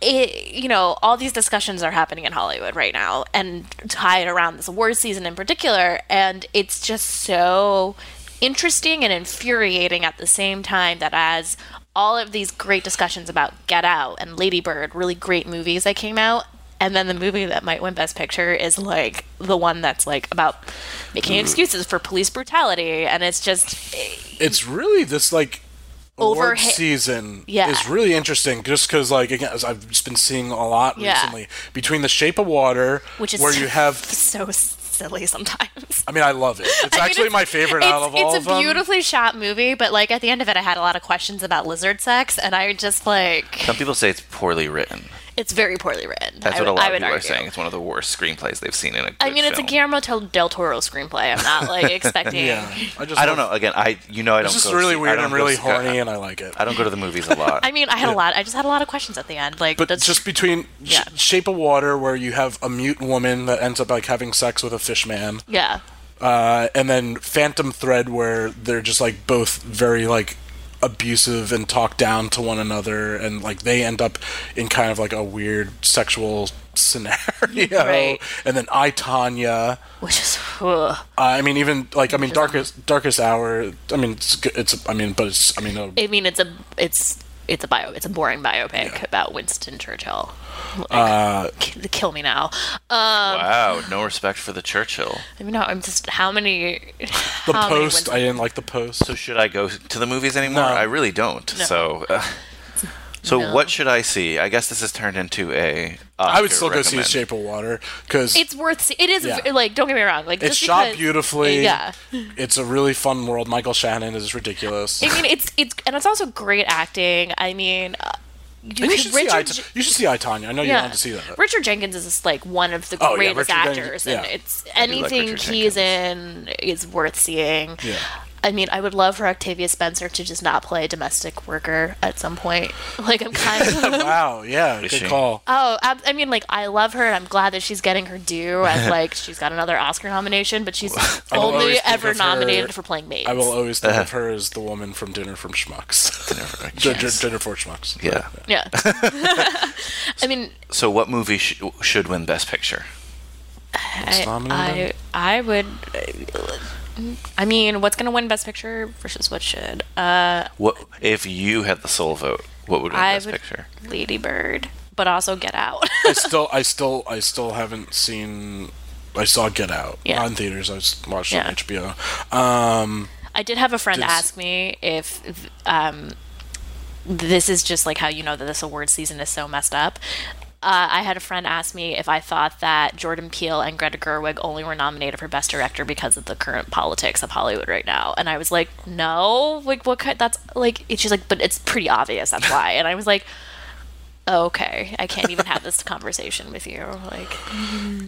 S8: it, you know all these discussions are happening in Hollywood right now and tied around this award season in particular and it's just so interesting and infuriating at the same time that as all of these great discussions about Get Out and Lady Bird really great movies that came out and then the movie that might win best picture is like the one that's like about making excuses for police brutality and it's just eh,
S3: it's really this like
S8: over
S3: award season
S8: Yeah.
S3: is really interesting just because like again as I've just been seeing a lot
S8: Yeah.
S3: recently between the Shape of Water,
S8: Which is
S3: where you have
S8: so silly sometimes.
S3: I mean I love it. It's
S8: I mean,
S3: actually
S8: it's-
S3: my favorite
S8: it's,
S3: out of
S8: it's
S3: all
S8: a
S3: of them.
S8: beautifully shot movie, but like at the end of it, I had a lot of questions about lizard sex, and I just like
S2: Some people say it's poorly written.
S8: it's very poorly written.
S2: That's
S8: I
S2: what
S8: would-
S2: a lot
S8: I
S2: of
S8: would
S2: people are
S8: argue.
S2: saying. It's one of the worst screenplays they've seen in a. Good
S8: I mean, it's a
S2: film.
S8: Guillermo tel- del Toro screenplay. I'm not like expecting.
S3: I just
S2: I don't
S3: love-
S2: know. Again, I you know I don't.
S3: It's just
S2: go
S3: really
S2: see- I
S3: weird
S2: don't
S3: and
S2: go
S3: really
S2: see-
S3: horny, and I like it.
S2: I don't go to the movies a lot.
S8: I mean, I had a lot. I just had a lot of questions at the end. Like,
S3: But
S8: that's
S3: just between
S8: Yeah.
S3: Sh- Shape of Water, where you have a mute woman that ends up like having sex with a fish man,
S8: yeah.
S3: uh, and then Phantom Thread, where they're just like both very like abusive and talk down to one another, and like they end up in kind of like a weird sexual scenario.
S8: Right.
S3: And then I Tanya.
S8: Which is ugh.
S3: I mean, even like I mean, darkest darkest hour. I mean, it's good- it's. I mean, but it's. I mean, a,
S8: I mean, it's a it's it's a bio it's a boring biopic about Winston Churchill. Like,
S3: Uh,
S8: k- kill me now. Um,
S2: wow, no respect for the Churchill.
S8: I mean, no, I'm just how many
S3: the
S8: how many
S3: post. I
S8: Winston-
S3: didn't like the post.
S2: So should I go to the movies anymore?
S3: No.
S2: I really don't. So. Uh, so
S8: No.
S2: what should I see? I guess this has turned into a.
S3: I would still go
S2: recommend.
S3: see Shape of Water because
S8: it's worth see- it is
S3: Yeah.
S8: v- like don't get me wrong like
S3: It's
S8: just
S3: shot
S8: because-
S3: beautifully.
S8: yeah
S3: It's a really fun world. Michael Shannon is ridiculous.
S8: I mean it's it's and it's also great acting I mean uh, you,
S3: And you
S8: could-
S3: should see I,
S8: Richard
S3: Ta-
S8: J-
S3: you should see I Tanya. I know you wanted to see that.
S8: Richard Jenkins is just, like one of the
S3: Oh, yeah,
S8: greatest
S3: Richard Jenkins-
S8: actors,
S3: yeah.
S8: and it's
S2: do like
S8: anything
S2: Richard
S8: he's in is worth seeing.
S3: Yeah.
S8: I mean, I would love for Octavia Spencer to just not play a domestic worker at some point. Like, I'm kind of.
S3: wow, yeah, good
S2: she?
S3: call.
S8: Oh, ab- I mean, like, I love her, and I'm glad that she's getting her due. As like, she's got another Oscar nomination, but she's
S3: will always
S8: only
S3: think
S8: ever
S3: of her-
S8: nominated for playing maids.
S3: I will always think of her as the woman from Dinner from Schmucks. Dinner, Dinner for Schmucks.
S2: Yeah.
S8: Yeah. I mean,
S2: So what movie sh- should win Best Picture?
S8: I,
S3: nominated?
S8: I I would. I mean, what's gonna win Best Picture versus what should? Uh,
S2: What if you had the sole vote? What would win
S8: I
S2: Best
S8: would
S2: Picture?
S8: Lady Bird, but also Get Out.
S3: I still, I still, I still haven't seen. I saw Get Out
S8: Yeah.
S3: not in theaters. I s- watched it
S8: Yeah.
S3: on HBO. Um,
S8: I did have a friend
S3: Did-
S8: ask me if, if, um, this is just like how you know that this award season is so messed up. Uh, I had a friend ask me if I thought that Jordan Peele and Greta Gerwig only were nominated for Best Director because of the current politics of Hollywood right now, and I was like, "No, like what kind? That's like." and She's like, "But it's pretty obvious that's why," and I was like, "Okay, I can't even have this conversation with you." Like,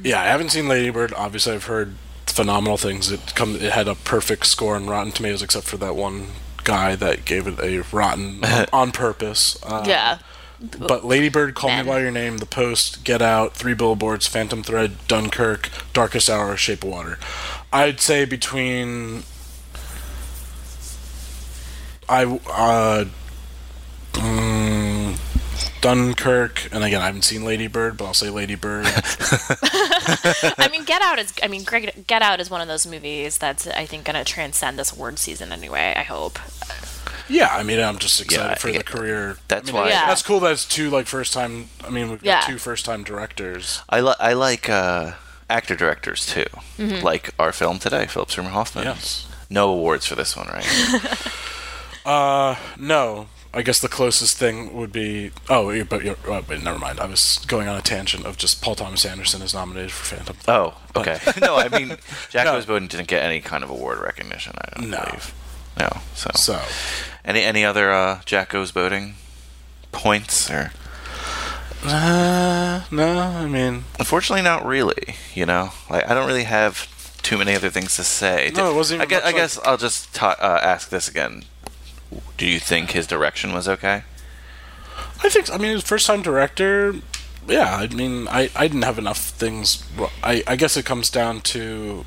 S3: yeah, I haven't seen Lady Bird. Obviously, I've heard phenomenal things. It come, it had a perfect score on Rotten Tomatoes, except for that one guy that gave it a rotten on, on purpose. Uh,
S8: yeah,
S3: But Ladybird, Call
S8: Man.
S3: Me By Your Name, The Post, Get Out, Three Billboards, Phantom Thread, Dunkirk, Darkest Hour, Shape of Water. I'd say between. I. Uh, mm, Dunkirk, and again, I haven't seen Ladybird, but I'll say Ladybird.
S8: I mean, Get Out is. I mean, Greg, Get Out is one of those movies that's I think going to transcend this award season anyway. I hope.
S3: yeah, I mean, I'm just excited
S2: Yeah,
S3: for
S2: I
S3: the
S2: get-
S3: career.
S2: That's
S3: I mean,
S2: why
S8: Yeah.
S3: That's cool. That's two like first time. I mean, we've got
S8: Yeah.
S3: two first time directors.
S2: I, li- I like uh, actor directors too,
S8: Mm-hmm.
S2: like our film today, Philip Seymour Hoffman.
S3: Yes.
S2: No awards for this one, right?
S3: No, I guess the closest thing would be. Oh, you- but you're, oh, wait, never mind. I was going on a tangent of just Paul Thomas Anderson is nominated for Phantom.
S2: oh, okay. no, I mean Jack
S3: No.
S2: Osboden didn't get any kind of award recognition. I don't
S3: No.
S2: believe. No. So.
S3: So
S2: any any other uh, Jack Osboden points or?
S3: Uh, no, I mean,
S2: Unfortunately, not really. You know, like I don't really have too many other things to say.
S3: No, it wasn't
S2: I
S3: even
S2: guess,
S3: much
S2: I guess I'll just ta- uh, ask this again. Do you think his direction was okay?
S3: I think I mean his first time director. Yeah, I mean, I, I didn't have enough things. wr- I I guess it comes down to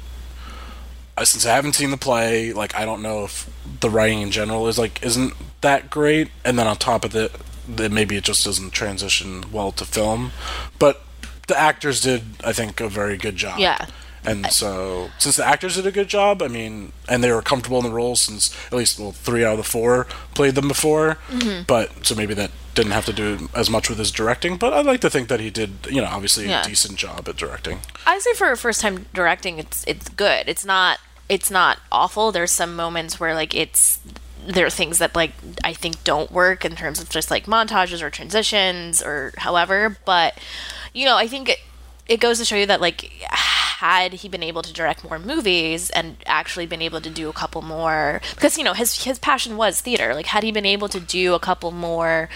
S3: uh, since I haven't seen the play, like I don't know if the writing in general is like isn't that great. And then on top of it, that maybe it just doesn't transition well to film. But the actors did, I think, a very good job.
S8: Yeah.
S3: And so, since the actors did a good job, I mean, and they were comfortable in the roles, since at least well, three out of the four played them before.
S8: Mm-hmm.
S3: But so maybe that didn't have to do as much with his directing. But I'd like to think that he did, you know, obviously
S8: Yeah.
S3: a decent job at directing.
S8: I say for a first time directing, it's it's good. It's not it's not awful. There's some moments where like it's there are things that like I think don't work in terms of just like montages or transitions or however. But you know, I think it, it goes to show you that like had he been able to direct more movies and actually been able to do a couple more because you know his his passion was theater. Like had he been able to do a couple more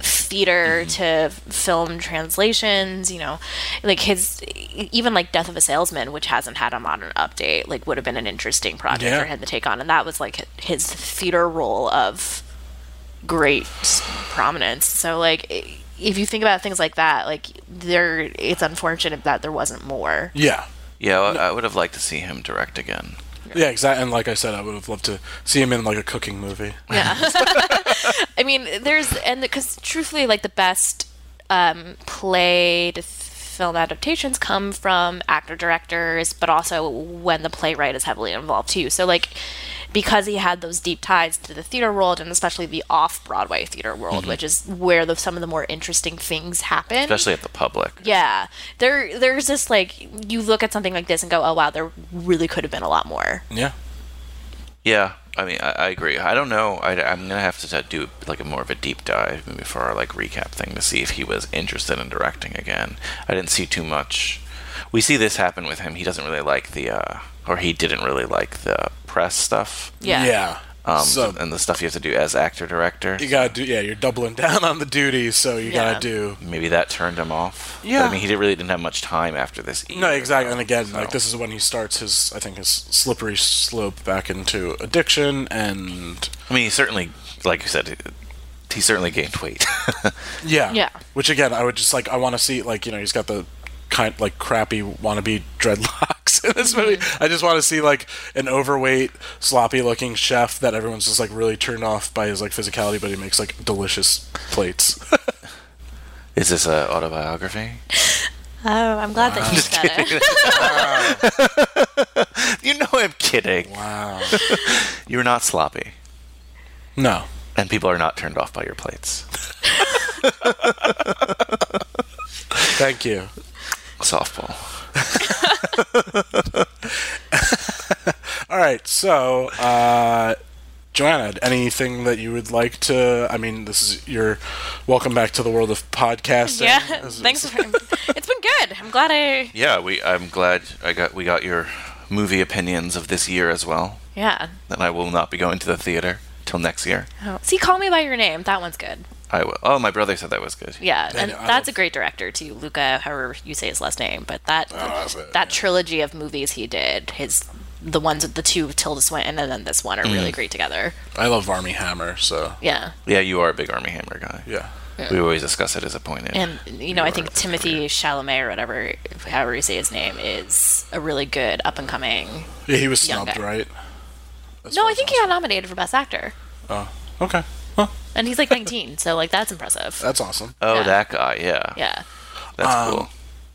S8: theater to film translations you know like his even like death of a salesman which hasn't had a modern update like would have been an interesting project
S3: Yeah.
S8: for him to take on and that was like his theater role of great s- prominence so like i- if you think about things like that like there it's unfortunate that there wasn't more
S3: Yeah.
S2: Yeah, I, I would have liked to see him direct again.
S3: Yeah, exactly. And like I said, I would have loved to see him in like a cooking movie.
S8: I mean, there's and because truthfully, like the best um, play to film adaptations come from actor directors, but also when the playwright is heavily involved too. So like because he had those deep ties to the theater world and especially the off Broadway theater world, which is where the, some of the more interesting things happen.
S2: Especially at the public.
S8: yeah, there there's this like you look at something like this and go, oh wow, there really could have been a lot more.
S3: Yeah.
S2: Yeah, I mean, I, I agree. I don't know. I, am gonna have to uh, do like a more of a deep dive maybe for our like recap thing to see if he was interested in directing again. I didn't see too much. We see this happen with him. He doesn't really like the, uh, or he didn't really like the press stuff.
S8: Yeah.
S3: Yeah.
S2: Um,
S3: so
S2: and the stuff you have to do as actor director.
S3: you gotta do. Yeah, you're doubling down on the duties, so you
S8: Yeah.
S3: gotta do.
S2: Maybe that turned him off. But,
S3: Yeah.
S2: I mean, he did, really didn't have much time after this. Either,
S3: No, exactly. And again,
S2: so-
S3: like this is when he starts his, I think, his slippery slope back into addiction and
S2: I mean, he certainly, like you said, he, he certainly gained weight.
S3: Yeah.
S8: Yeah.
S3: Which again, I would just like I want to see like you know he's got the kind like crappy wannabe dreadlocks in this movie.
S8: Mm-hmm.
S3: I just want to see like an overweight, sloppy looking chef that everyone's just like really turned off by his like physicality, but he makes like delicious plates.
S2: Is this an autobiography?
S8: Oh, I'm glad that you said it.
S2: You know I'm kidding.
S3: wow.
S2: You're not sloppy,
S3: No.
S2: and people are not turned off by your plates.
S3: Thank you.
S2: Softball.
S3: All right. So, uh, Joanna, anything that you would like to? I mean, this is your welcome back to the world of podcasting.
S8: Yeah,
S3: As-
S8: thanks. For, it's been good. I'm glad I.
S2: Yeah, we. I'm glad I got we got your movie opinions of this year as well.
S8: Yeah.
S2: Then I will not be going to the theater till next year.
S8: Oh. See, call me by your name. That one's good.
S2: I will. Oh, my brother said that was good.
S8: Yeah,
S3: I
S8: and
S3: know, I
S8: that's
S3: love-
S8: a great director too, Luca. However you say his last name, but that
S3: that's Oh, it,
S8: that trilogy of movies he did, his the ones with the two with Tilda Swinton and then this one are
S3: Mm.
S8: really great together.
S3: I love Army Hammer. So
S8: Yeah,
S2: Yeah, you are a big Army Hammer guy.
S3: yeah.
S2: We always discuss it as a point. in-
S8: and you know I
S2: are
S8: think
S2: a
S8: Timothy Chalamet or whatever, however you say his name, is a really good up and coming.
S3: Yeah, he was
S8: Young
S3: snubbed,
S8: guy.
S3: right? That's
S8: No,
S3: what
S8: I think he got nominated for best actor,
S3: Oh, okay. Huh.
S8: and he's like 19, so like that's impressive.
S3: That's awesome.
S2: oh,
S8: yeah.
S2: that guy. Yeah.
S8: Yeah.
S2: That's
S3: Um,
S2: cool.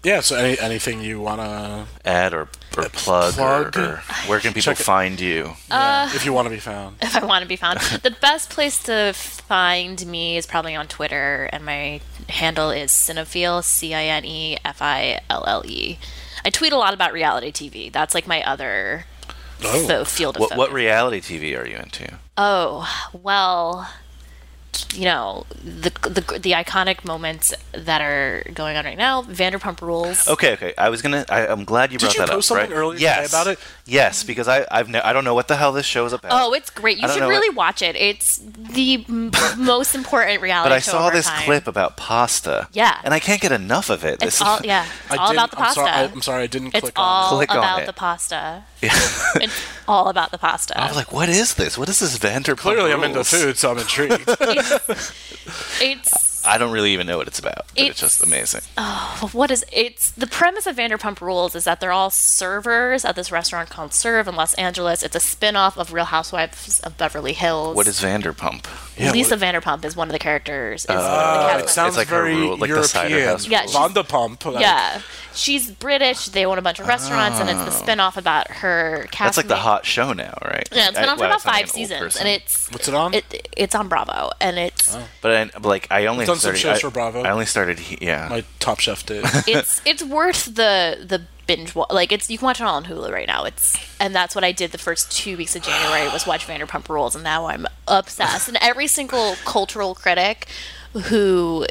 S3: Yeah. So, any, anything you wanna,
S2: Add or or plug, or-
S3: plug?
S2: Or, where can people
S3: Check it.
S2: find you?
S8: Uh,
S3: if you wanna be found,
S8: if I want to be found. the best place to find me is probably on Twitter, and my handle is Cinephile, C I N E F I L L E. I tweet a lot about reality TV. That's like my other
S3: Oh.
S8: fo- field of
S2: What what
S8: focus.
S2: reality TV are you into?
S8: oh well, you know the, the the iconic moments that are going on right now. Vanderpump Rules.
S2: Okay, okay. I was gonna. I, I'm glad you
S3: Did
S2: brought
S3: you
S2: that
S3: post
S2: up.
S3: something
S2: right?
S3: earlier today
S2: yes.
S3: about it?
S2: Yes, because I I've ne- I don't know what the hell this show is about.
S8: Oh, it's great.
S2: I
S8: You
S2: don't
S8: should
S2: know what-
S8: really watch it. It's the m- most important reality
S2: But I
S8: show
S2: saw
S8: of our
S2: this
S8: time.
S2: clip about pasta.
S8: Yeah.
S2: And I can't get enough of it. This
S8: It's all yeah. It's all about the
S3: I'm
S8: pasta.
S3: sorry, I, am sorry, I didn't
S8: It's
S3: click on.
S8: all
S2: Click on
S8: about
S2: it.
S8: the pasta.
S2: is.
S8: It's all about the pasta.
S2: I was like, what is this? What is this Vanderpump?
S3: Clearly, I'm into
S2: Rules?
S3: food, so I'm intrigued. Uh,
S8: it's
S2: I don't really even know what it's about. But it's,
S8: It's-
S2: just amazing.
S8: what is it's the premise of Vanderpump Rules is that they're all servers at this restaurant called Serve in Los Angeles. It's a spin-off of Real Housewives of Beverly Hills.
S2: What is Vanderpump?
S8: Lisa Vanderpump is one of the characters. Is the
S3: Uh,
S8: captain.
S3: it sounds
S2: It's like her
S3: very
S2: rule- like the cider
S3: European.
S2: house
S8: Yeah, rules. she's-
S3: Vonda pump. like-
S8: yeah, she's British. They own a bunch of restaurants, and it's the spin-off about her.
S2: Oh. That's like the
S8: castmate-
S2: hot show now, right?
S8: Yeah, it's been
S2: I-
S8: on for
S2: wow,
S8: about
S2: it's not like
S8: five
S2: an old
S8: seasons,
S2: person.
S8: and it's
S3: What's it on? Oh.
S8: It, it's on Bravo, and it's
S2: But I, like I only
S3: It's on some
S2: started.
S3: shows
S2: I,
S3: for Bravo.
S2: I only started. he- Yeah.
S3: My Top Chef did.
S8: it's it's worth the the binge watch. Like it's you can watch it all on Hulu right now. It's and that's what I did the first two weeks of January was watch Vanderpump Rules, and now I'm obsessed. And every single cultural critic who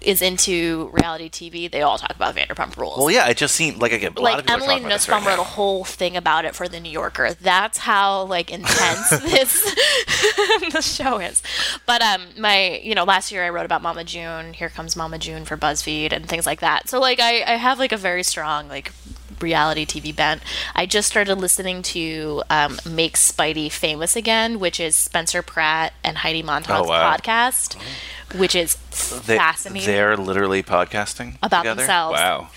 S8: is into reality TV, they all talk about Vanderpump Rules.
S2: Well, yeah, it just seemed like I get a lot of
S8: like
S2: people are
S8: Emily
S2: talking about this right
S8: Nussbaum
S2: now.
S8: wrote a whole thing about it for the New Yorker. That's how like intense this this show is. But um, my you know last year I wrote about Mama June. Here comes Mama June for BuzzFeed and things like that. So like I I have like a very strong like reality TV bent. I just started listening to um, Make Spidey Famous Again, which is Spencer Pratt and Heidi Montag's
S2: Oh, wow. Oh.
S8: podcast, which is
S2: They-
S8: fascinating.
S2: They're literally podcasting
S8: About
S2: together?
S8: themselves.
S2: Wow,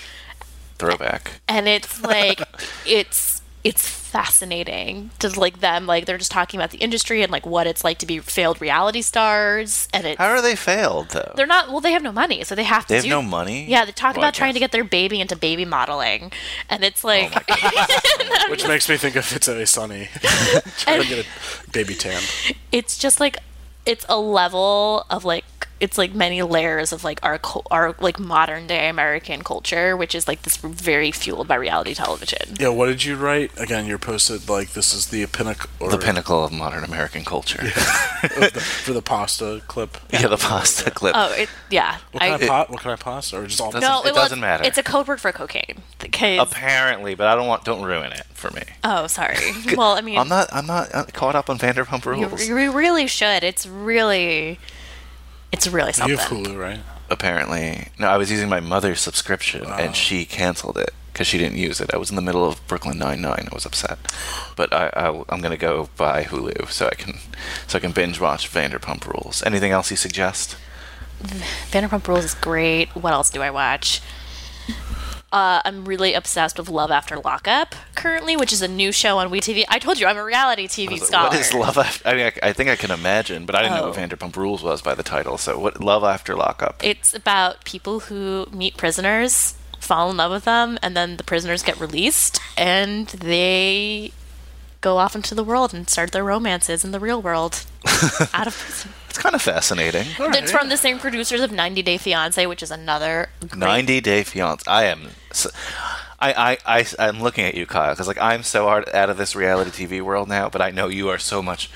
S2: throwback.
S8: and it's like it's it's fascinating to like them like they're just talking about the industry and like what it's like to be failed reality stars and it's
S2: How are they failed though?
S8: they're not well they have no money so they have to
S2: They have
S8: do-
S2: no money?
S8: yeah they talk
S2: Well, I
S8: about trying to
S2: guess. Oh
S8: get their baby into baby modeling and it's like
S3: Which makes me think of It's Always Sunny. Trying to get a baby tan.
S8: it's just like it's a level of like it's like many layers of like our cul- our like modern day American culture, which is like this very fueled by reality television.
S3: Yeah, what did you write? Again, you're posted like this is the pinnacle or
S2: the pinnacle of modern American culture.
S3: of the- for the pasta clip.
S2: Yeah, the pasta clip.
S8: Oh, it yeah.
S3: What can I, pot? What can I pasta? Or just all
S2: Doesn't- it
S8: well,
S2: doesn't
S8: it's-
S2: matter.
S8: It's a code word for cocaine. 'Cause-
S2: Apparently, but I don't want. Don't ruin it for me.
S8: oh, sorry. Well, I mean,
S2: I'm not. I'm not uh, caught up on Vanderpump
S8: you,
S2: Rules.
S8: you really should. It's really, it's really
S3: You
S8: something.
S3: have Hulu, right?
S2: Apparently, no. I was using my mother's subscription, and she canceled it because she didn't use it. I was in the middle of Brooklyn Nine Nine. I was upset, but I, I I'm gonna go buy Hulu so I can so I can binge watch Vanderpump Rules. Anything else you suggest?
S8: Vanderpump Rules is great. What else do I watch? Uh, I'm really obsessed with Love After Lockup currently, which is a new show on WeTV. I told you I'm a reality TV scholar.
S2: What is Love After? I mean, I, I think I can imagine, but I didn't know what
S8: Oh.
S2: Vanderpump Rules was by the title. So, what Love After Lockup?
S8: It's about people who meet prisoners, fall in love with them, and then the prisoners get released and they go off into the world and start their romances in the real world. out of prison.
S2: It's kind of fascinating.
S8: It's from the same producers of 90 Day Fiancé, which is another great-
S2: 90 Day Fiance. I am. So, I, I, I, I'm looking at you, Kyle, because like I'm so hard out of this reality TV world now, but I know you are so much.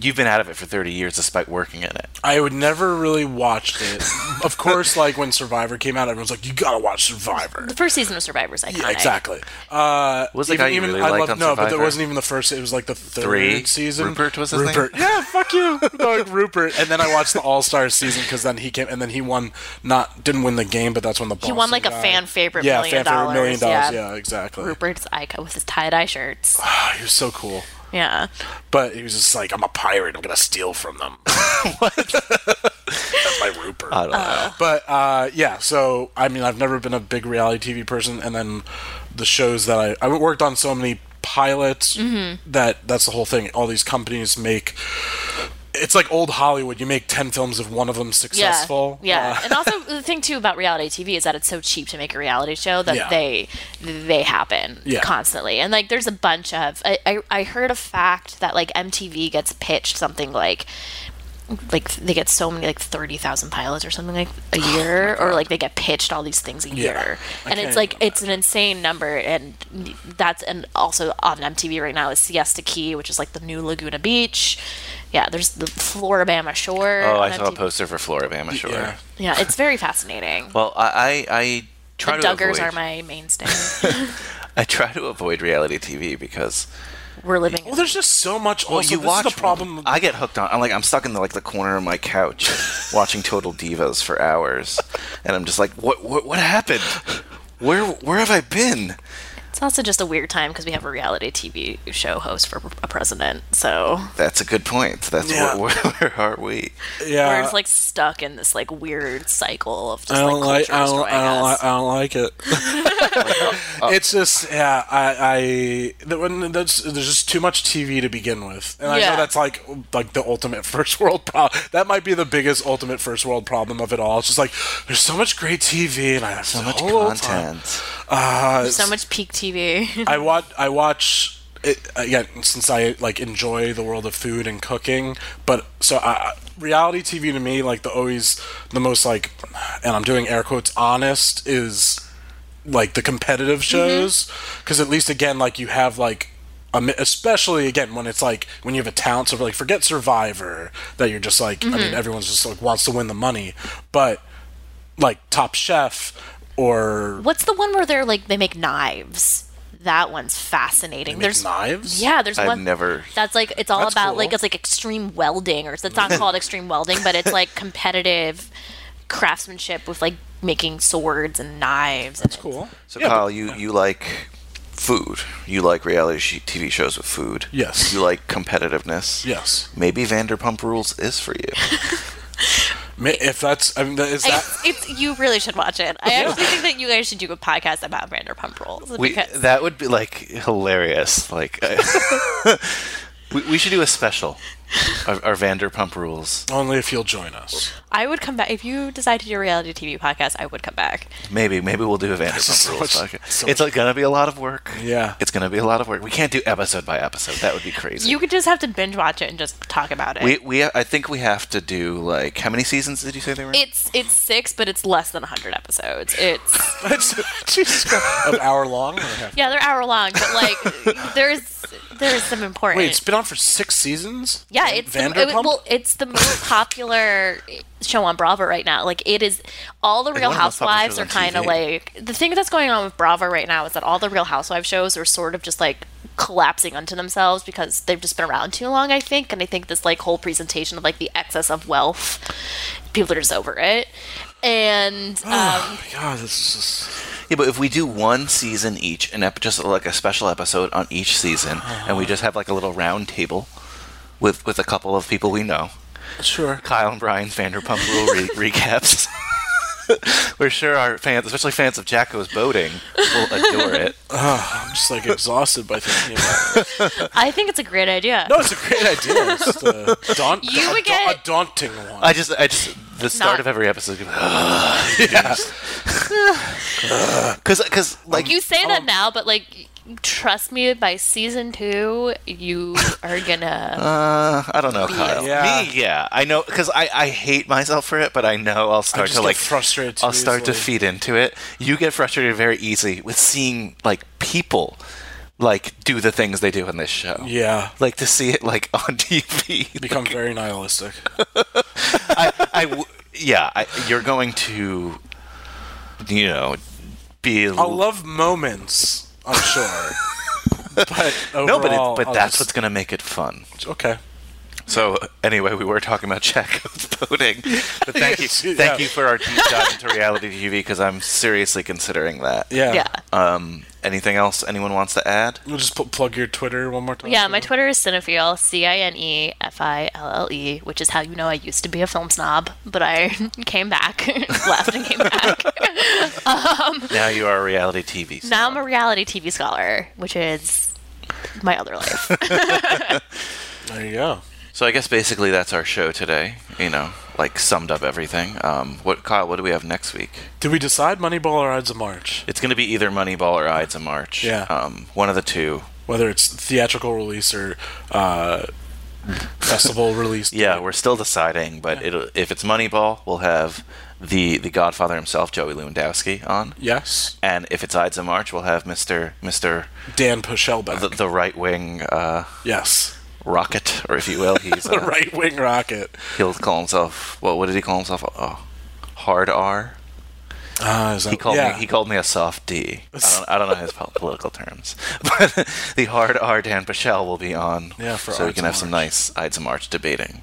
S2: You've been out of it for 30 years despite working in it.
S3: I would never really watched it. of course, like when Survivor came out, everyone's like, "You gotta watch Survivor."
S8: The first season of Survivor is iconic.
S3: Yeah, exactly. Uh,
S2: was the guy you really
S3: I
S2: liked
S3: love-
S2: on
S3: no, but that
S2: Survivor?
S3: wasn't even the first. It was like the third
S2: Three?
S3: season.
S2: Rupert was his name?
S3: Rupert. Yeah, fuck you, dog Rupert. And then I watched the All Star season because then he came and then he won. Not didn't win the game, but that's when the
S8: He won
S3: Boston
S8: like a
S3: guy-
S8: fan favorite
S3: Yeah,
S8: million
S3: fan favorite
S8: dollars.
S3: million dollars.
S8: yeah.
S3: Yeah, exactly.
S8: Rupert's icon with his tie dye shirts.
S3: Ah, he was so cool.
S8: Yeah.
S3: But he was just like, I'm a pirate. I'm gonna steal from them. That's my Rupert.
S2: I don't know.
S3: But uh, yeah, so I mean, I've never been a big reality TV person, and then the shows that I I worked on so many pilots that that's the whole thing. All these companies make. It's like old Hollywood. You make ten films if one of them's successful.
S8: Yeah, yeah.
S3: Uh,
S8: and also the thing too about reality TV is that it's so cheap to make a reality show that
S3: Yeah.
S8: they they happen
S3: Yeah.
S8: constantly. And like, there's a bunch of I, I I heard a fact that like MTV gets pitched something like like they get so many like 30,000 pilots or something like
S3: Oh
S8: a year or like they get pitched all these things a year
S3: I
S8: and
S3: can't
S8: it's like
S3: even
S8: it's an insane number and that's and also on MTV right now is Siesta Key which is like the new Laguna Beach yeah there's the Floribama Shore
S2: Oh,
S8: on
S2: I saw a
S8: MTV.
S2: poster for Floribama Shore.
S3: yeah.
S8: Yeah, it's very fascinating.
S2: Well, I, I, I try
S8: the
S2: to
S8: Duggars
S2: avoid,
S8: are my mainstay.
S2: I try to avoid reality TV because
S8: We're living.
S3: Well, there's just so much.
S2: Well,
S3: also,
S2: you
S3: this
S2: watch
S3: is the problem.
S2: I get hooked on. I'm like I'm stuck in the, like the corner of my couch, watching Total Divas for hours, and I'm just like, what what what happened? Where where have I been?
S8: it's also just a weird time because we have a reality TV show host for a president, so
S2: That's a good point. That's
S3: Yeah.
S2: where, where, where are we?
S8: we're
S3: yeah,
S8: just like stuck in this like weird cycle of just
S3: I don't like.
S8: like culture
S3: I don't,
S8: destroying
S3: I don't,
S8: us.
S3: li- I don't like it. it's just yeah. I I the- when that's there's just too much TV to begin with, and I know
S8: Yeah.
S3: that's like like the ultimate first world problem. That might be the biggest ultimate first world problem of it all. It's just like there's so much great TV and I have
S2: So
S3: the
S2: much
S3: whole time.
S2: content.
S3: Uh,
S8: so much peak TV.
S3: I watch. I watch. It, again, since I like enjoy the world of food and cooking, but so I, reality TV to me, like the always the most like, and I'm doing air quotes, honest is like the competitive
S8: Mm-hmm.
S3: shows because at least again like you have like a mi- especially again when it's like when you have a talent so like forget survivor that you're just like i mean
S8: Mm-hmm.
S3: everyone's just like wants to win the money but like top chef or
S8: What's the one where they're like they make knives? That one's fascinating.
S3: make
S8: there's
S3: knives?
S8: Yeah, there's
S2: I've
S8: one.
S2: never-
S8: That's like it's all
S3: That's
S8: about like
S3: cool.
S8: it's like extreme welding, or it's it's not called extreme welding, but it's like competitive craftsmanship with like making swords and knives. That's
S3: cool
S14: So Kyle, you you like food. You like reality sh- TV shows with food.
S3: Yes.
S14: You like competitiveness.
S3: yes
S14: Maybe Vanderpump Rules is for you.
S3: Ma- if that's i mean that- is
S8: I,
S3: that
S8: it's you really should watch it. I actually think that you guys should do a podcast about Vanderpump Rules
S2: We,
S8: because
S2: that would be like hilarious. Like, I- we, we should do a special. Our, our Vanderpump rules.
S3: only if you'll join us
S8: I would come back if you decide to do a reality TV podcast. I would come back.
S2: Maybe, maybe we'll do a Vanderpump
S3: So
S2: rules.
S3: much-
S2: podcast.
S3: so
S2: it's
S3: much-
S2: gonna be a lot of work.
S3: Yeah.
S2: it's gonna be a lot of work. We can't do episode by episode. That would be crazy.
S8: You could just have to binge watch it and just talk about it.
S2: we, we, I think we have to do like how many seasons did you say they were? in?
S8: It's it's six, but it's less than hundred episodes. It's
S3: jesus christ an hour long or half-
S8: yeah, they're hour long, but like there's there's some important.
S3: wait it's been on for six seasons
S8: yeah,
S3: Van-
S8: it's the,
S3: vanderpump
S8: it- well, it's the most popular show on Bravo right now. Like it is, all the
S2: one
S8: Real
S2: of the most popular
S8: Housewives
S2: shows
S8: are
S2: on
S8: kind of
S2: TV.
S8: like the thing that's going on with Bravo right now is that all the Real Housewives shows are sort of just like collapsing unto themselves because they've just been around too long, I think. And I think this like whole presentation of like the excess of wealth, people are just over it. And um,
S3: oh my god this is just
S2: Yeah, but if we do one season each, and ep- just like a special episode on each season, and we just have like a little round table with with a couple of people we know,
S3: sure
S2: Kyle and Brian's Vanderpump Rule re- recaps. We're sure our fans, especially fans of Jacko's boating, will adore it.
S3: i'm just like exhausted by thinking about it
S8: I think it's a great idea.
S3: No, it's a great idea. It's just a, daunt-
S8: You
S3: a,
S8: would
S3: da- a
S8: get-
S3: daunting one.
S2: I just, I just, the start
S8: Not-
S2: of every episode. Because, because, like,
S8: You say
S2: um,
S8: that now, but like, trust me, by season two, you are gonna.
S2: Uh, I don't know, Kyle.
S3: Yeah.
S2: Me, yeah. I know because I, I hate myself for it, but I know I'll start
S3: just
S2: to
S3: get
S2: like
S3: frustrated too
S2: I'll start to
S3: easily.
S2: feed into it. You get frustrated very easily with seeing like people like do the things they do in this show.
S3: yeah,
S2: Like to see it like on TV.
S3: become very nihilistic.
S2: I, I w- yeah. I, you're going to, you know, be a
S3: I'll
S2: little
S3: love moments, I'm sure. but overall,
S2: no, but it, but
S3: I'll
S2: that's what's
S3: just-
S2: gonna make it fun.
S3: okay.
S2: So anyway, we were talking about Jacko's boating, but thank you,
S3: Yes, yeah.
S2: thank you for our deep dive into reality TV because I'm seriously considering that.
S3: Yeah.
S8: Yeah.
S2: Um, anything else anyone wants to add?
S3: We'll just put, plug your Twitter one more time.
S8: Yeah, my Twitter is Cinephile, C I N E F I L L E, which is how you know I used to be a film snob, but I came back, left, and came back. Um,
S2: Now you are a reality TV. star.
S8: now I'm a reality TV scholar, which is my other life.
S3: There you go.
S2: So I guess basically that's our show today. You know, like summed up everything. Um, what Kyle? What do we have next week?
S3: Did we decide Moneyball or Ides of March?
S2: It's going to be either Moneyball or Ides of March.
S3: Yeah.
S2: Um, one of the two.
S3: Whether it's theatrical release or uh, festival release.
S2: Yeah, we're still deciding, but it'll, if it's Moneyball, we'll have the the Godfather himself, Joey Lewandowski, on.
S3: Yes.
S2: and if it's Ides of March, we'll have Mister Mister
S3: Dan Pushellback.
S2: the, the right wing uh,
S3: yes.
S2: rocket, or if you will, he's
S3: The
S2: uh,
S3: right wing rocket.
S2: he'll call himself what? What did he call himself? Oh, hard R.
S3: Ah, is that,
S2: He called
S3: yeah.
S2: me. He called me a soft D. I don't, I don't know his po- political terms, but the hard R Dan Pichel will be on.
S3: Yeah, for
S2: so we
S3: Ides
S2: can
S3: of
S2: have some
S3: March.
S2: nice Ides of March debating.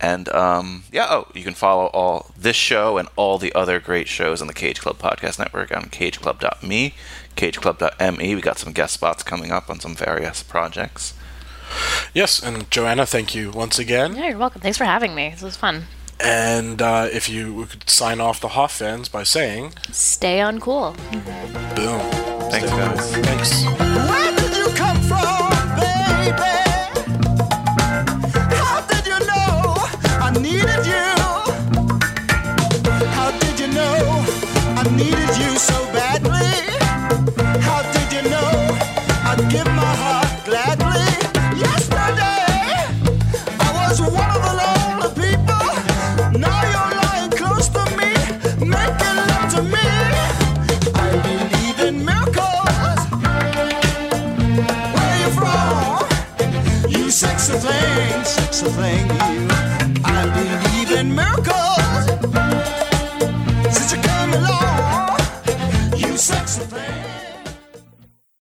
S2: And um, yeah, oh, you can follow all this show and all the other great shows on the Cage Club Podcast Network on cageclub.me, cageclub.me. We got some guest spots coming up on some various projects.
S3: Yes, and Joanna, thank you once again.
S8: yeah, you're welcome. Thanks for having me. This was fun.
S3: And uh, if you could sign off the Hoff fans by saying,
S8: Stay uncool.
S3: boom.
S2: Thanks, guys.
S3: Thanks.
S7: Where did you come from, baby? How did you know I needed you? How did you know I needed you so badly? How did you know I'd give my heart gladly? Yesterday, I was one of the lonely people. Now you're lying close to me, making love to me. I believe some things, some things. I believe in miracles.